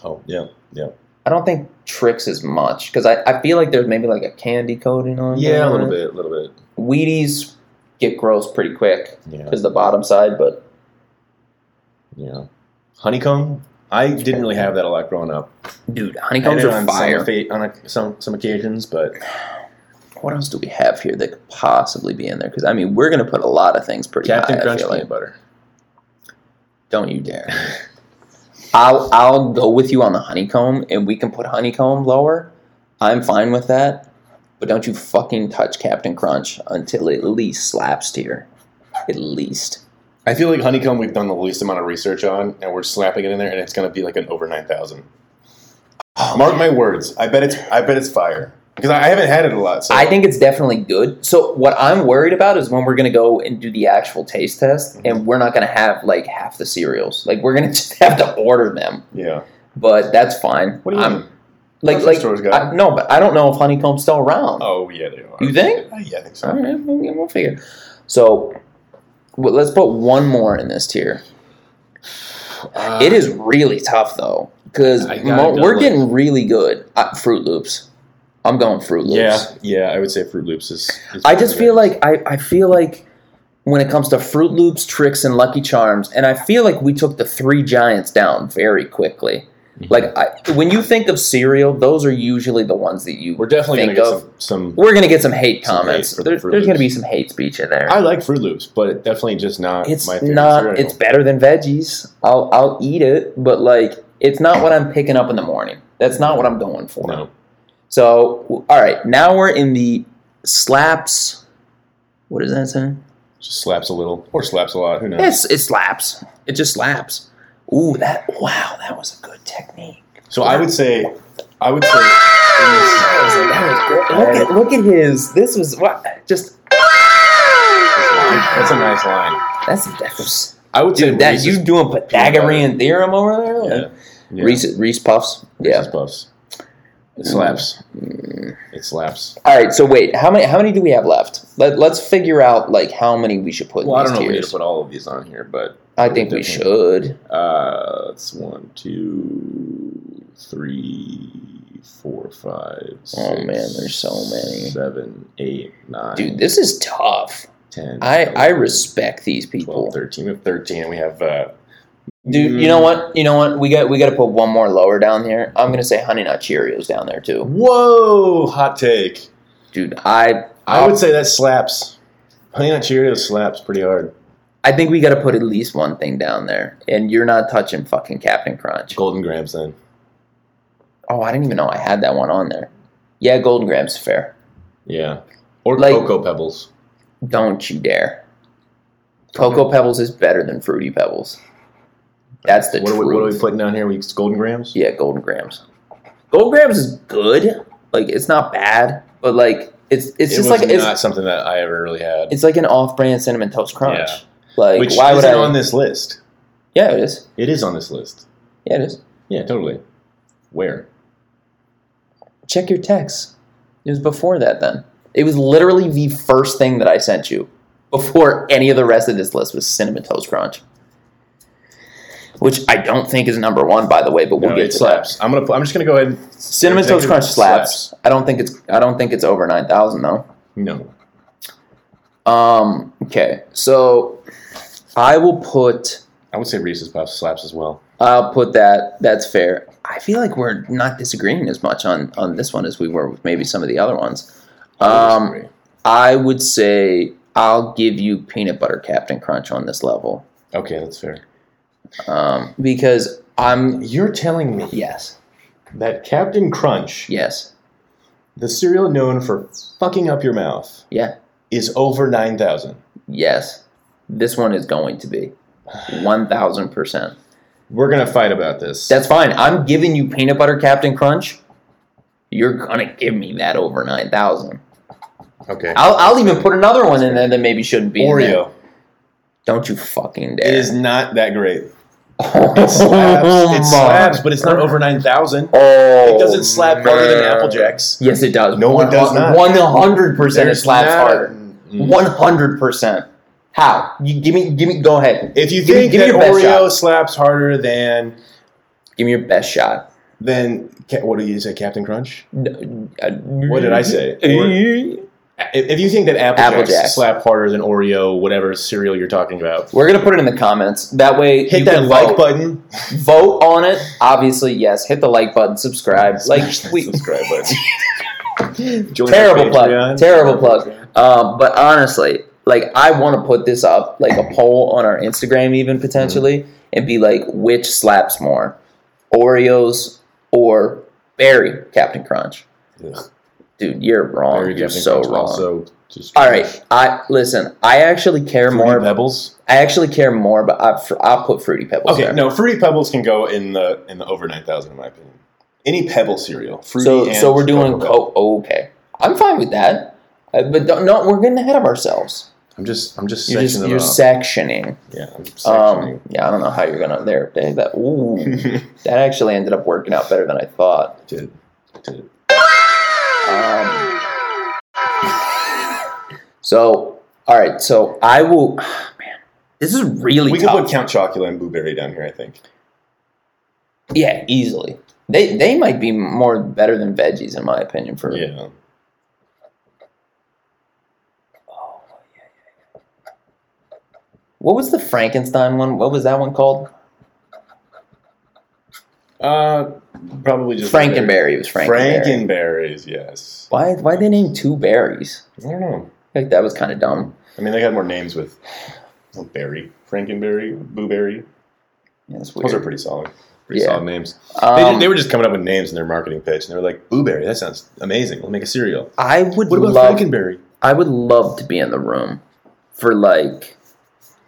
A: Oh yeah, yeah,
B: I don't think tricks as much because I, I feel like there's maybe like a candy coating on
A: yeah, a
B: there.
A: little bit, a little bit.
B: Wheaties get gross pretty quick
A: Yeah,
B: because the bottom side, but
A: yeah. Honeycomb. I didn't really have that a lot growing up.
B: dude,
A: I had
B: honeycombs
A: it
B: are
A: on
B: fire.
A: Some, fa- on a, some some occasions, but
B: What else do we have here that could possibly be in there? Because I mean, we're gonna put a lot of things pretty
A: Captain
B: high. I
A: Crunch
B: feel
A: peanut
B: like.
A: butter.
B: Don't you dare. I'll I'll go with you on the honeycomb, and we can put honeycomb lower. I'm fine with that, but don't you fucking touch Captain Crunch until it at least slaps tier, at least.
A: I feel like honeycomb we've done the least amount of research on, and we're slapping it in there, and it's going to be like an over nine thousand.
B: Oh,
A: Mark my words. I bet it's I bet it's fire because I, I haven't had it a lot. So
B: I think it's definitely good. So what I'm worried about is when we're gonna go and do the actual taste test,
A: Mm-hmm.
B: and we're not gonna have like half the cereals. Like we're gonna just have to order them.
A: yeah.
B: But that's fine.
A: What do you
B: I'm,
A: mean?
B: Like
A: Grocery
B: like
A: stores got
B: I, no, but I don't know if Honeycomb's still around.
A: Oh yeah, they are. Uh,
B: You think?
A: Yeah, I think so.
B: All right, we'll, we'll figure. So well, let's put one more in this tier.
A: Uh,
B: it is really tough though, because
A: I gotta go
B: we're
A: with-
B: getting really good. at Fruit Loops. I'm going Fruit Loops.
A: Yeah, yeah. I would say Fruit Loops is. is
B: I just
A: pretty
B: feel
A: good.
B: like I, I feel like when it comes to Fruit Loops, Tricks, and Lucky Charms, and I feel like we took the three giants down very quickly.
A: Mhm.
B: Like I, when you think of cereal, those are usually the ones that you
A: we're definitely going to
B: think
A: get
B: of.
A: some, some.
B: We're gonna get some hate
A: Some hate
B: comments.
A: for the
B: there,
A: Froot
B: there's gonna be
A: Loops.
B: some hate speech in there.
A: I like Fruit Loops, but it definitely just not.
B: it's
A: my favorite
B: not.
A: cereal.
B: It's better than veggies. I'll I'll eat it, but like it's not what I'm picking up in the morning. That's not what I'm going for.
A: no.
B: So w- all right, now we're in the slaps. What does that say?
A: Just slaps a little or slaps a lot. Who knows?
B: It's it slaps. It just slaps. Ooh, that wow, that was a good technique.
A: So I would say, I would say.
B: Look at look at his. This was what just
A: That's a nice line.
B: that's that was
A: I would say
B: dude. That
A: Reese's-
B: you doing Pythagorean theorem over there?
A: yeah,
B: Like,
A: yeah.
B: Reese Reese puffs.
A: Reese's
B: Yeah. Mm.
A: Puffs. It slaps. It slaps.
B: All right. So wait, how many how many do we have left? Let Let's figure out like how many we should put.
A: Well, I
B: in
A: don't
B: these
A: know if we need
B: tiers.
A: to put all of these on here, but
B: I think we should.
A: Uh, it's one, two, three, four, five.
B: Oh,
A: six,
B: man, there's so many.
A: Seven, eight, nine,
B: Dude, this is tough.
A: ten.
B: I I
A: 11,
B: respect these
A: 12,
B: people.
A: 13. We have thirteen. We have. Uh,
B: Dude, you know what? You know what? We got we got to put one more lower down here. I'm gonna say Honey Nut Cheerios down there too.
A: Whoa! Hot take.
B: dude, I
A: I would say that slaps. Honey Nut Cheerios slaps pretty hard.
B: I think we got to put at least one thing down there, and you're not touching fucking Captain Crunch.
A: Golden Grams then.
B: Oh, I didn't even know I had that one on there. Yeah, Golden Grams is fair.
A: Yeah. Or
B: Like-
A: Cocoa Pebbles.
B: Don't you dare. Cocoa Pebbles is better than Fruity Pebbles. That's the
A: What are,
B: truth.
A: we, what are we putting down here? We it's Golden Grams?
B: Yeah, Golden Grams. Golden Grams is good. Like it's not bad, but like it's it's
A: It's
B: just
A: was
B: like
A: not
B: it's,
A: something that I ever really had.
B: it's like an off-brand cinnamon toast crunch.
A: Yeah.
B: Like
A: Which
B: why would
A: isn't
B: I?
A: on this list.
B: yeah, it is.
A: It is on this list.
B: Yeah, it is.
A: Yeah, totally. Where?
B: Check your texts. It was before that. Then it was literally the first thing that I sent you before any of the rest of this list was cinnamon toast crunch, which I don't think is number one, by the way. But we'll
A: No,
B: get
A: it
B: to that.
A: slaps. I'm gonna. pu- I'm just gonna go ahead. and
B: Cinnamon
A: Executive
B: toast crunch slaps.
A: slaps.
B: I don't think it's. I don't think it's over nine thousand though.
A: No.
B: Um. Okay. So, I will put.
A: I would say Reese's Puffs slaps as well.
B: I'll put that. That's fair. I feel like we're not disagreeing as much on on this one as we were with maybe some of the other ones.
A: I
B: Um,
A: disagree.
B: I would say I'll give you peanut butter Captain Crunch on this level.
A: Okay, that's fair.
B: Um. Because I'm.
A: You're telling me
B: Yes.
A: that Captain Crunch,
B: Yes.
A: the cereal known for fucking up your mouth,
B: Yeah.
A: is over nine thousand.
B: Yes. This one is going to be one thousand percent.
A: We're gonna fight about this.
B: That's fine. I'm giving you peanut butter Captain Crunch. You're gonna give me that over nine thousand.
A: okay.
B: I'll, I'll even put another one in there that maybe shouldn't be. in there.
A: Oreo
B: Don't you fucking
A: It
B: dare!
A: is not that great.
B: oh,
A: It slaps.
B: my-
A: It slaps, but it's not over nine thousand.
B: Oh,
A: It doesn't slap harder than
B: man.
A: Apple Jacks.
B: Yes, it does.
A: No, it does not.
B: One hundred percent. It
A: There's
B: slaps
A: not-
B: harder.
A: Mm.
B: One hundred percent. How? You give me, give me. Go ahead.
A: If you
B: Give me-
A: think
B: give me your
A: that
B: best
A: Oreo slaps harder than
B: Give me your best shot.
A: than Ca- what did you say, Captain Crunch?
B: What
A: What did I
B: Mm-hmm.
A: say? If, if you think that Apple,
B: Apple
A: Jacks,
B: Jacks.
A: slap harder than Oreo, whatever cereal you're talking about,
B: We're gonna put it in the comments. That way,
A: hit
B: you
A: that
B: can
A: like
B: vote.
A: button.
B: vote on it. Obviously, yes. Hit the like button, subscribe. Like
A: Smash that
B: we,
A: subscribe button. Join our
B: terrible
A: Patreon.
B: plug, terrible plug. Um, but honestly, like I want to put this up, like a poll on our Instagram, even
A: Mm-hmm.
B: potentially, and be like, which slaps more, Oreos or Berry Captain Crunch?
A: Ugh.
B: Dude, you're wrong.
A: Very
B: you're
A: Captain
B: so
A: Crunch
B: wrong.
A: Also, just
B: All right, I listen. I actually care
A: Fruity
B: more.
A: pebbles.
B: I actually care more, but I, I'll put Fruity Pebbles.
A: Okay,
B: there.
A: no, fruity pebbles can go in the in the over nine thousand, in my opinion. Any pebble cereal, fruity.
B: so
A: and
B: so we're doing
A: Cocoa
B: co- oh, okay. I'm fine with that, Uh, but don't, no, we're getting ahead of ourselves.
A: I'm just I'm just sectioning
B: You're just
A: them
B: you're
A: off.
B: sectioning.
A: yeah, I'm
B: Um,
A: sectioning.
B: yeah, I don't know how you're gonna there. Dave, That ooh, that actually ended up working out better than I thought.
A: Did- did-
B: Um, so all right, so I will. Man, this is really
A: we can
B: tough.
A: put Count Chocula and Boo Berry down here. I think.
B: yeah, easily. They they might be more better than veggies in my opinion. For
A: Yeah.
B: what was the Frankenstein one? What was that one called?
A: Uh, probably just
B: Frankenberry. It was Frankenberry.
A: Frankenberries, yes.
B: Why why they name two berries?
A: I don't know.
B: Like that was kind of dumb.
A: I mean, they had more names with oh, berry, Frankenberry, blueberry.
B: Yeah, that's
A: Those are
B: weird.
A: pretty solid. Pretty
B: Yeah.
A: solid names. They,
B: Um,
A: ju- they were just coming up with names in their marketing pitch, and they were like, "Blueberry, that sounds amazing. We'll make a cereal."
B: I would
A: What about
B: love.
A: Frankenberry?
B: I would love to be in the room for like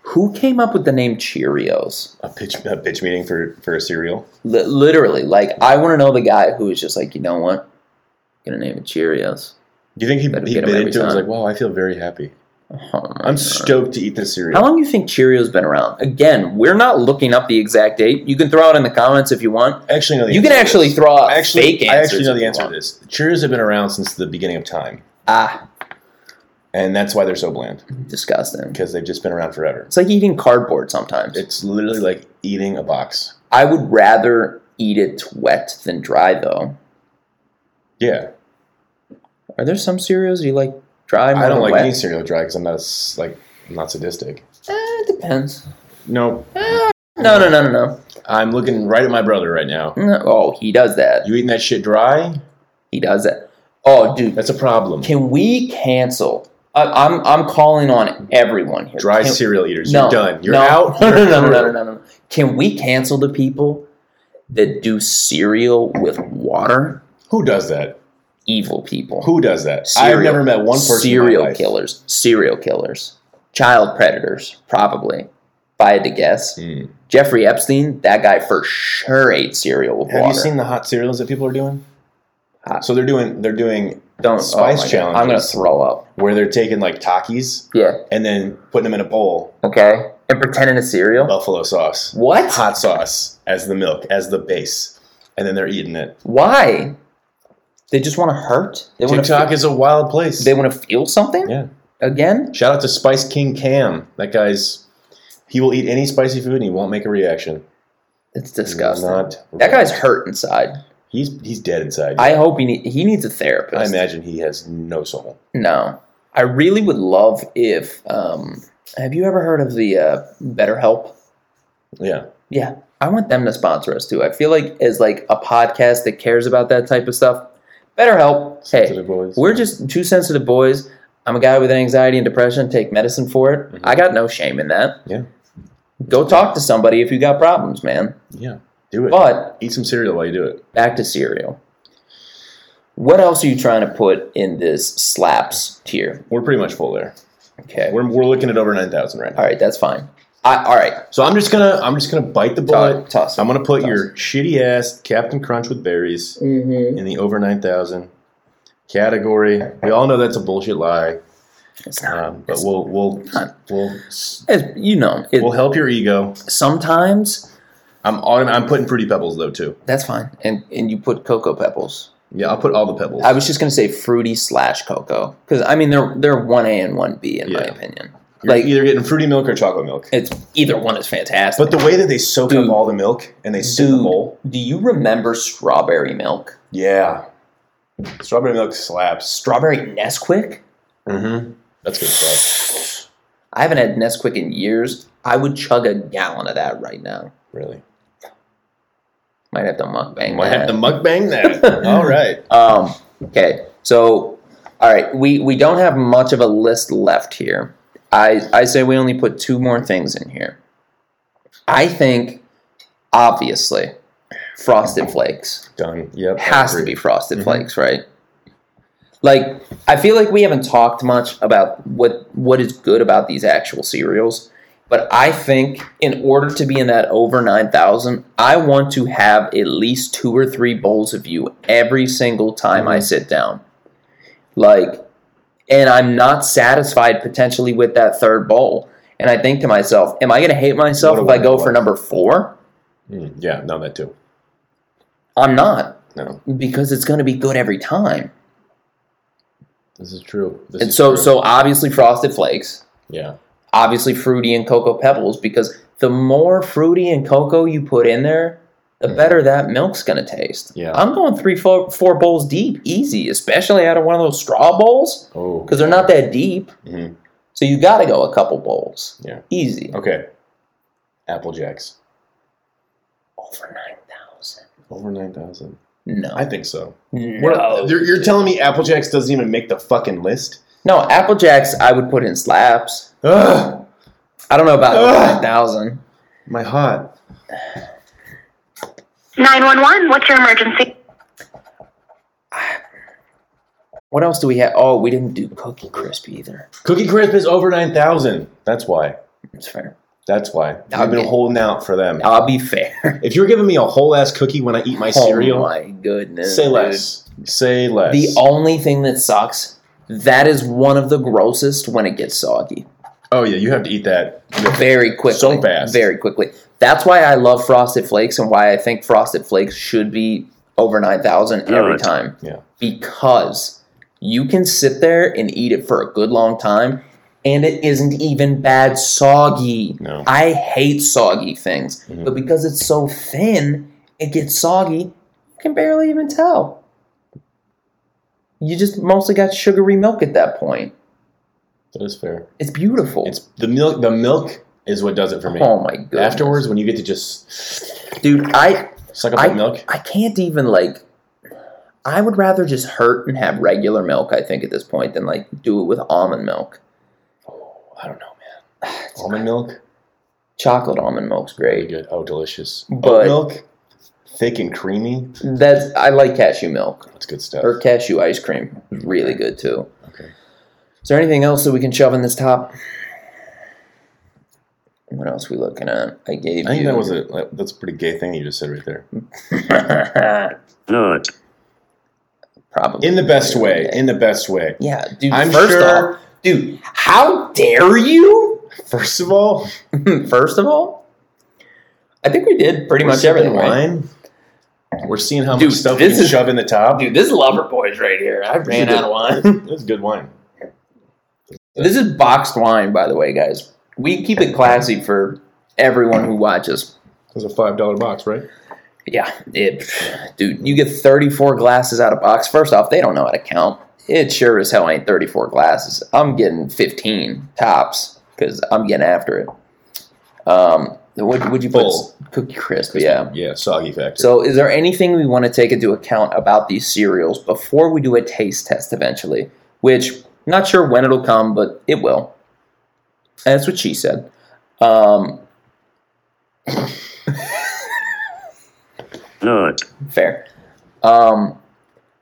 B: who came up with the name Cheerios?
A: A pitch, a pitch meeting for for a cereal.
B: Li- literally, like I want to know the guy who was just like, you know what, I'm gonna name it Cheerios.
A: Do you think
B: Better
A: he, he
B: get 'em
A: bit into
B: every
A: it and was
B: time.
A: like, "Wow, I feel very happy.
B: Oh my
A: I'm
B: God.
A: stoked to eat this cereal."
B: How long do you think Cheerios been around? Again, we're not looking up the exact date. You can throw it in the comments if you want.
A: actually, no, the
B: You can
A: answer is-
B: actually throw out
A: I actually,
B: Uh, fake
A: I
B: answers.
A: actually know the
B: if you
A: answer to
B: want.
A: this. Cheerios have been around since the beginning of time,
B: Ah,
A: and that's why they're so bland
B: disgusting.
A: because they've just been around forever.
B: It's like eating cardboard sometimes.
A: It's literally like eating a box.
B: I would rather eat it wet than dry, though.
A: Yeah,
B: Are there some cereals you like dry? More
A: I don't
B: than
A: like
B: wet?
A: any cereal dry because I'm not a s like I'm not sadistic.
B: Eh, it depends.
A: Hmm. No,
B: Eh, no, no, no, no, no,
A: I'm looking right at my brother right now.
B: no. Oh, he does that.
A: You eating that shit dry?
B: He does that. Oh, dude,
A: That's a problem.
B: can we cancel? I, I'm I'm calling on everyone here.
A: Dry
B: Can-
A: cereal eaters.
B: no,
A: You're done. You're
B: no,
A: out.
B: No, no,
A: You're
B: no, no, no,
A: through.
B: no, no, no. Can we cancel the people that do cereal with water?
A: Who does that?
B: Evil people.
A: Who does that? I've
B: Cereal.
A: never met one person. in my
B: serial
A: life.
B: killers, serial killers, child predators, probably. If I had to guess,
A: Mm.
B: Jeffrey Epstein, that guy for sure ate cereal with
A: Have
B: water.
A: you seen the hot cereals that people are doing?
B: Hot.
A: So they're doing they're doing
B: Don't oh
A: Spice
B: my God.
A: challenges.
B: I'm gonna throw up.
A: where they're taking like Takis
B: Yeah.
A: and then putting them in a bowl,
B: Okay. And pretending it's cereal.
A: buffalo sauce,
B: What?
A: hot sauce as the milk as the base, and then they're eating it.
B: Why? They just want to hurt. They want to.
A: TikTok is a wild place.
B: They want to feel something.
A: Yeah.
B: Again.
A: Shout out to Spice King Cam. That guy's he will eat any spicy food and he won't make a reaction.
B: It's disgusting.
A: Not
B: that
A: right.
B: guy's hurt inside.
A: he's he's dead inside.
B: I hope he need, he needs a
A: I
B: therapist.
A: imagine he has no soul.
B: No. I really would love if. Um, have you ever heard of the uh, BetterHelp?
A: Yeah.
B: Yeah, I want them to sponsor us too. I feel like as like a podcast that cares about that type of stuff, BetterHelp. Hey,
A: Sensitive boys.
B: we're just two sensitive boys. I'm a guy with anxiety and depression. Take medicine for it.
A: Mhm.
B: I got no shame in that.
A: Yeah.
B: Go talk to somebody if you got problems, man.
A: Yeah. Do it.
B: But
A: Eat some cereal while you do it.
B: back to cereal. What else are you trying to put in this slaps tier?
A: We're pretty much full there.
B: Okay.
A: We're, we're looking at over nine thousand right now.
B: All right, that's fine. I, all right.
A: So I'm just gonna I'm just gonna bite the bullet.
B: Toss. toss.
A: I'm gonna put
B: Toss.
A: your shitty ass Captain Crunch with berries
B: Mhm.
A: in the over nine thousand category. We all know that's a bullshit lie,
B: It's not.
A: um, but we'll we'll
B: not.
A: we'll
B: it's- you know, it,
A: we'll help your ego.
B: sometimes
A: I'm autom- I'm putting Fruity Pebbles though too.
B: That's fine. And and you put cocoa pebbles.
A: Yeah, I'll put all the pebbles.
B: I was just gonna say fruity slash cocoa because I mean they're they're one A and one B in my
A: Yeah.
B: opinion.
A: You're
B: like-
A: either getting fruity milk or chocolate milk.
B: It's either one is fantastic.
A: But the way that they soak
B: Dude.
A: up all the milk and they sit in the
B: Dude.
A: bowl.
B: do you remember strawberry milk?
A: Yeah. Strawberry milk slaps.
B: Strawberry Nesquik?
A: Mm-hmm. That's good stuff.
B: I haven't had Nesquik in years. I would chug a gallon of that right now.
A: Really.
B: Might have to mukbang.
A: Might have to
B: that.
A: mukbang that. all right.
B: Um, okay, so all right, we we don't have much of a list left here. I I say we only put two more things in here. I think obviously frosted flakes
A: Done. Yep. I
B: has to
A: agree.
B: be frosted
A: Mhm.
B: flakes, right? Like I feel like we haven't talked much about what what is good about these actual cereals, but I think in order to be in that over 9000, I want to have at least two or three bowls of you every single time I
A: Mhm.
B: sit down. Like and I'm not satisfied potentially with that third bowl. And I think to myself, am I going to hate myself
A: What a
B: if I go
A: wonderful
B: for
A: life.
B: number 4?
A: Mm, yeah, no, that too.
B: I'm not
A: No,
B: because it's going to be good every time.
A: this is true. This
B: And
A: is
B: so,
A: true.
B: so obviously frosted flakes,
A: yeah,
B: obviously fruity and cocoa pebbles, because the more fruity and cocoa you put in there, the
A: Mhm.
B: better that milk's gonna taste.
A: Yeah.
B: I'm going three, four, four bowls deep, easy, especially out of one of those straw bowls
A: oh,
B: because they're not that deep.
A: Mhm.
B: So you got to go a couple bowls.
A: Yeah.
B: easy.
A: okay. Apple Jacks
B: Over nine thousand.
A: over nine thousand.
B: No,
A: I think so.
B: no,
A: You're, you're telling me Apple Jacks doesn't even make the fucking list?
B: no. Apple Jacks, I would put in slaps.
A: Ugh,
B: I don't know about
A: Ugh.
B: nine thousand.
A: my heart.
C: 911, what's your emergency?
B: What else do we have? Oh, we didn't do Cookie Crisp either.
A: Cookie Crisp is over nine thousand. That's why.
B: That's fair.
A: That's why. I've
B: Okay.
A: been holding out for them.
B: I'll be fair.
A: If you're giving me a whole ass cookie when I eat my
B: Oh
A: cereal,
B: my goodness.
A: say
B: dude.
A: less. Say less.
B: The only thing that sucks, that is one of the grossest when it gets soggy.
A: oh yeah, you have to eat that.
B: Very quickly.
A: So fast.
B: Very quickly. That's why I love Frosted Flakes and why I think Frosted Flakes should be over 9,000 every time.
A: Yeah.
B: Because you can sit there and eat it for a good long time and it isn't even bad soggy.
A: No.
B: I hate soggy things,
A: Mhm.
B: but because it's so thin, it gets soggy. You can barely even tell. You just mostly got sugary milk at that point.
A: That is fair.
B: It's beautiful.
A: It's the milk. The milk is what does it for me.
B: oh my god!
A: Afterwards, when you get to just
B: dude, I
A: suck up
B: I-
A: that milk,
B: I can't even like. I would rather just hurt and have regular milk. I think at this point than like do it with almond milk.
A: Oh, I don't know, man. Almond milk,
B: Chocolate almond milk's
A: very
B: great.
A: good. Oh, delicious. Oat
B: But-
A: milk, thick and creamy.
B: That's I like cashew milk
A: That's good stuff.
B: or cashew ice cream. is Really good too.
A: Okay.
B: Is there anything else that we can shove in this top? What else we looking at? I gave
A: I think
B: you.
A: that was a that- that's a pretty gay thing you just said right there.
D: Good.
B: Probably
A: In the best way. In the best way.
B: yeah, dude.
A: I'm
B: first
A: sure-
B: off, dude, how dare you?
A: First of all,
B: first of all, I think we did pretty
A: we're
B: much everything,
A: sipping
B: right?
A: wine. We're seeing how
B: Dude,
A: much stuff we
B: this
A: can
B: is-
A: shove in the top.
B: Dude, this is Lover Boys right here. I ran out of wine.
A: That's good wine.
B: this is boxed wine, by the way, guys. We keep it classy for everyone who watches.
A: It was a five dollar box, right?
B: Yeah, it, dude, you get 34 glasses out of box. First off, they don't know how to count. It sure as hell ain't 34 glasses. I'm getting 15 tops because I'm getting after it. Um, what would you put?
A: Full.
B: Cookie crisp, yeah.
A: Yeah, soggy factor.
B: So, is there anything we want to take into account about these cereals before we do a taste test eventually? Which, not sure when it'll come, but it will. And that's what she said. Um,
D: Good.
B: Fair. Um,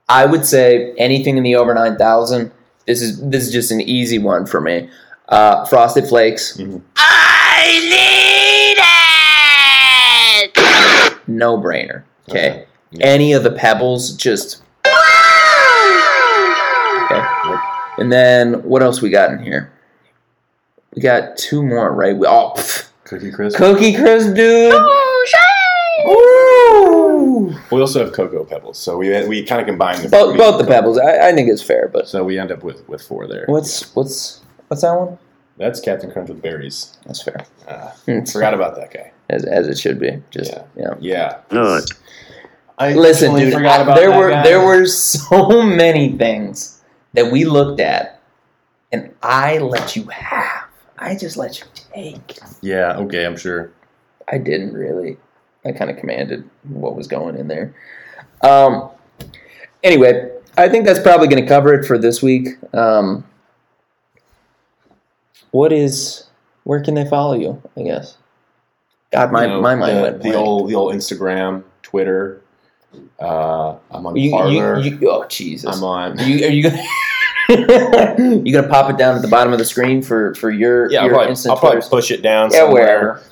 B: I would say anything in the over nine thousand. This is this is just an easy one for me. Uh, Frosted Flakes,
A: Mm-hmm.
C: I need it!
B: no brainer. Okay.
A: Okay. Yeah.
B: Any of the pebbles, just okay.
A: Yep.
B: And then what else we got in here? We got two more, right? We, oh, pff.
A: cookie crisp.
B: Cookie Crisp, dude. Ooh.
A: we also have cocoa pebbles, so we we kind of combine the
B: Both, both the pebbles. I, I think it's fair, but
A: So we end up with with four there.
B: what's what's what's that one?
A: That's Captain Crunch with berries.
B: That's fair.
A: Ah,
B: It's-
A: forgot about that guy.
B: as as it should be. Just
A: Yeah.
B: yeah.
A: Yeah.
D: Good.
A: I
B: Listen,
A: totally
B: dude,
A: forgot
B: I-
A: about
B: there
A: that
B: were
A: guy.
B: there were so many things that we looked at, and I let you have. I just let you take.
A: Yeah. Okay, I'm sure.
B: I didn't really. I kind of commanded what was going in there. Um. Anyway, I think that's probably going to cover it for this week. Um. What is? Where can they follow you? I guess. God, my
A: You know,
B: my mind
A: the,
B: went
A: the
B: blank.
A: old the old Instagram, Twitter. Uh, I'm on
B: You,
A: Parler.
B: you, you, oh Jesus!
A: I'm on.
B: You, are you gonna you gonna pop it down at the bottom of the screen for for your
A: Yeah, I'll
B: your
A: probably,
B: instant
A: I'll probably
B: Twitter?
A: push it down
B: yeah
A: somewhere,
B: wherever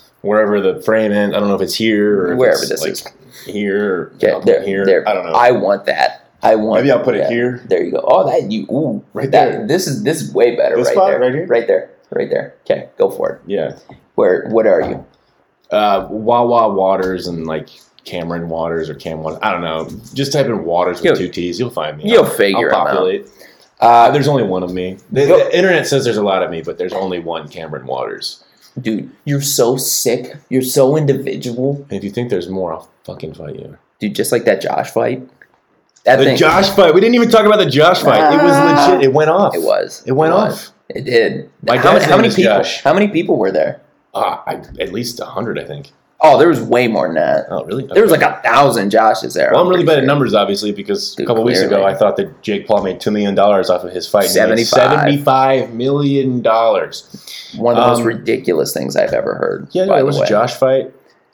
A: wherever the frame is. I don't know if it's here or if
B: wherever
A: it's,
B: this
A: like,
B: is.
A: here. Or
B: Yeah,
A: up
B: there,
A: here.
B: there.
A: I don't know.
B: I want that. I want.
A: Maybe I'll put it
B: that.
A: here.
B: There you go. Oh, that you ooh
A: Right
B: that,
A: there.
B: This is this is way better
A: This
B: right
A: spot,
B: there.
A: right here?
B: Right there. Right there. Okay, go for it.
A: Yeah.
B: Where what are you?
A: Uh, Wawa Waters and like Cameron Waters or Cam Waters. I don't know. Just type in Waters
B: You'll-
A: with two T's. You'll find me.
B: You'll
A: I'll-
B: figure 'em
A: I'll
B: out.
A: populate. Uh,
B: Uh,
A: there's only one of me. The,
B: Go-
A: the internet says there's a lot of me, but there's only one Cameron Waters.
B: dude, you're so sick. You're so individual,
A: And if you think there's more, I'll fucking fight you.
B: dude. Just like that Josh fight. That
A: The
B: thing.
A: Josh fight. We didn't even talk about the Josh fight. it was
B: Ah.
A: legit. It went off.
B: It was.
A: It went
B: was.
A: off.
B: It did.
A: My
B: how,
A: dad's
B: many- how
A: name
B: many
A: is
B: people?
A: Josh.
B: How many people were there?
A: Ah, I, at least a hundred, I think.
B: Oh, there was way more than that.
A: Oh, really?
B: There was like a thousand Joshes there.
A: Well, I'm really
B: pretty
A: bad at
B: sure.
A: numbers, obviously, because a
B: Dude,
A: couple weeks ago I
B: clearly.
A: thought that Jake Paul made two million dollars off of his fight. and he made
B: 75.
A: Seventy-five million dollars.
B: One of the most
A: Um,
B: ridiculous things I've ever heard.
A: Yeah, no,
B: by
A: it
B: the
A: was
B: way.
A: a Josh fight.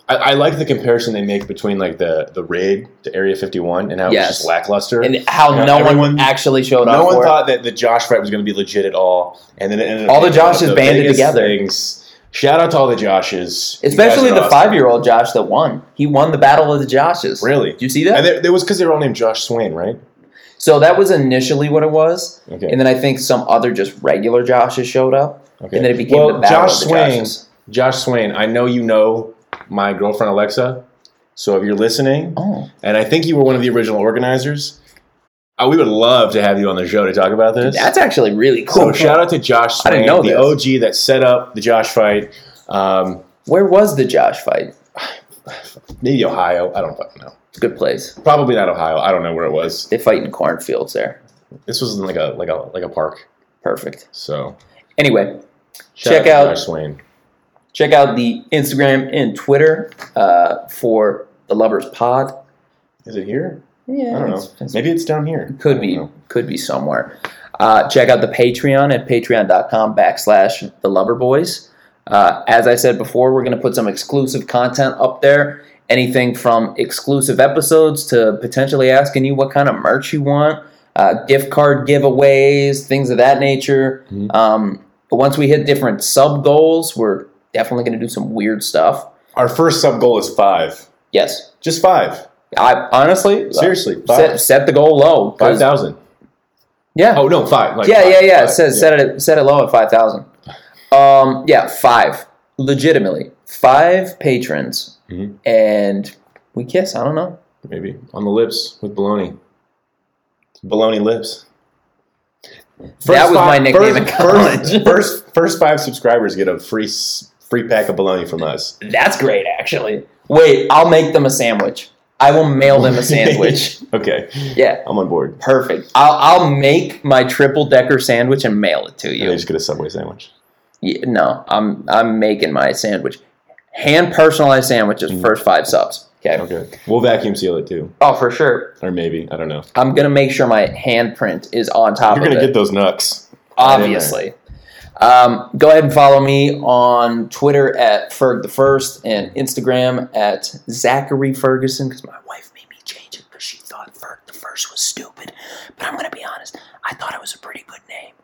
A: I, I like the comparison they make between like the the raid to Area 51 and how it
B: Yes.
A: was just lackluster.
B: And how
A: Yeah,
B: no one
A: everyone-
B: actually showed up.
A: no one
B: for it.
A: thought that the Josh fight was going to be legit at all, and then it ended up
B: All the
A: being one of
B: Joshes banded
A: biggest
B: together.
A: Things. Shout out to all the Joshes, You guys
B: Especially
A: are
B: the
A: awesome.
B: five-year-old Josh that won. He won the battle of the Joshes.
A: Really,
B: Did you see
A: and
B: that?
A: there, there was because they were all named Josh Swain, right?
B: So that was initially what it was,
A: Okay,
B: and then I think some other just regular Joshes showed up,
A: okay.
B: and then it became
A: well,
B: the battle
A: Josh
B: of the
A: Swain.
B: Joshes.
A: Josh Swain, I know you know my girlfriend Alexa. So if you're listening,
B: Oh,
A: and I think you were one of the original organizers, uh, we would love to have you on the show to talk about this.
B: that's actually really
A: so
B: cool.
A: shout out to Josh
B: I
A: Swain,
B: didn't know
A: the
B: this.
A: OG that set up the Josh fight. Um,
B: Where was the Josh fight?
A: maybe Ohio. I don't fucking know.
B: It's a good place.
A: Probably not Ohio. I don't know where it was.
B: They fight in cornfields there.
A: This was in like a like a like a park.
B: Perfect.
A: So
B: Anyway,
A: shout
B: Check
A: to
B: out-
A: Josh Swain.
B: check out the Instagram and Twitter uh, for the Lovers Pod.
A: Is it here?
B: Yeah,
A: I don't
B: it's-
A: know.
B: it's-
A: Maybe it's down here. I
B: could
A: don't
B: be
A: know.
B: could be somewhere. Uh, check out the Patreon at patreon.com backslash the Lubber Boys. Uh, as I said before, we're going to put some exclusive content up there. Anything from exclusive episodes to potentially asking you what kind of merch you want, uh, gift card giveaways, things of that nature.
A: Mhm.
B: Um, but once we hit different sub goals, we're definitely going to do some weird stuff.
A: Our first sub goal is five.
B: Yes,
A: Just five.
B: I honestly
A: Seriously,
B: uh, set,
A: five.
B: set the goal low.
A: Five
B: 'cause-
A: thousand.
B: yeah,
A: Oh no, five. like
B: yeah,
A: five,
B: yeah, yeah.
A: five,
B: set, set it set it low at five thousand. Um, yeah, five. Legitimately, five patrons,
A: Mhm.
B: and we kiss. I don't know.
A: Maybe on the lips with bologna. Bologna lips.
B: That was my nickname
A: first-
B: in college.
A: First, first, first five subscribers get a free s- free pack of bologna from us.
B: That's great, actually. Wait, I'll make them a sandwich. I will mail them a sandwich.
A: Okay,
B: yeah,
A: I'm on board.
B: perfect. I'll I'll make my triple decker sandwich and mail it to
A: And I
B: you.
A: just get a Subway sandwich.
B: Yeah, no, I'm I'm making my sandwich, hand personalized sandwiches.
A: Mhm.
B: First five subs. Mm-hmm. Okay.
A: Okay, we'll vacuum seal it too,
B: Oh, for sure.
A: or maybe I don't know.
B: I'm gonna make sure my handprint is on top
A: You're
B: of
A: gonna
B: it.
A: get those nucks. Right in there.
B: obviously. Um, go ahead and follow me on Twitter at Ferg the First and Instagram at Zachary Ferguson because my wife made me change it because she thought Ferg the First was stupid. But I'm going to be honest, I thought it was a pretty good name.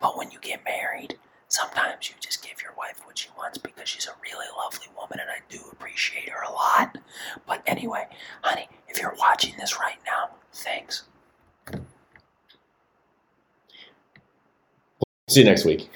B: But when you get married, sometimes you just give your wife what she wants because she's a really lovely woman and I do appreciate her a lot. But anyway, honey, if you're watching this right now, thanks.
A: See you next week.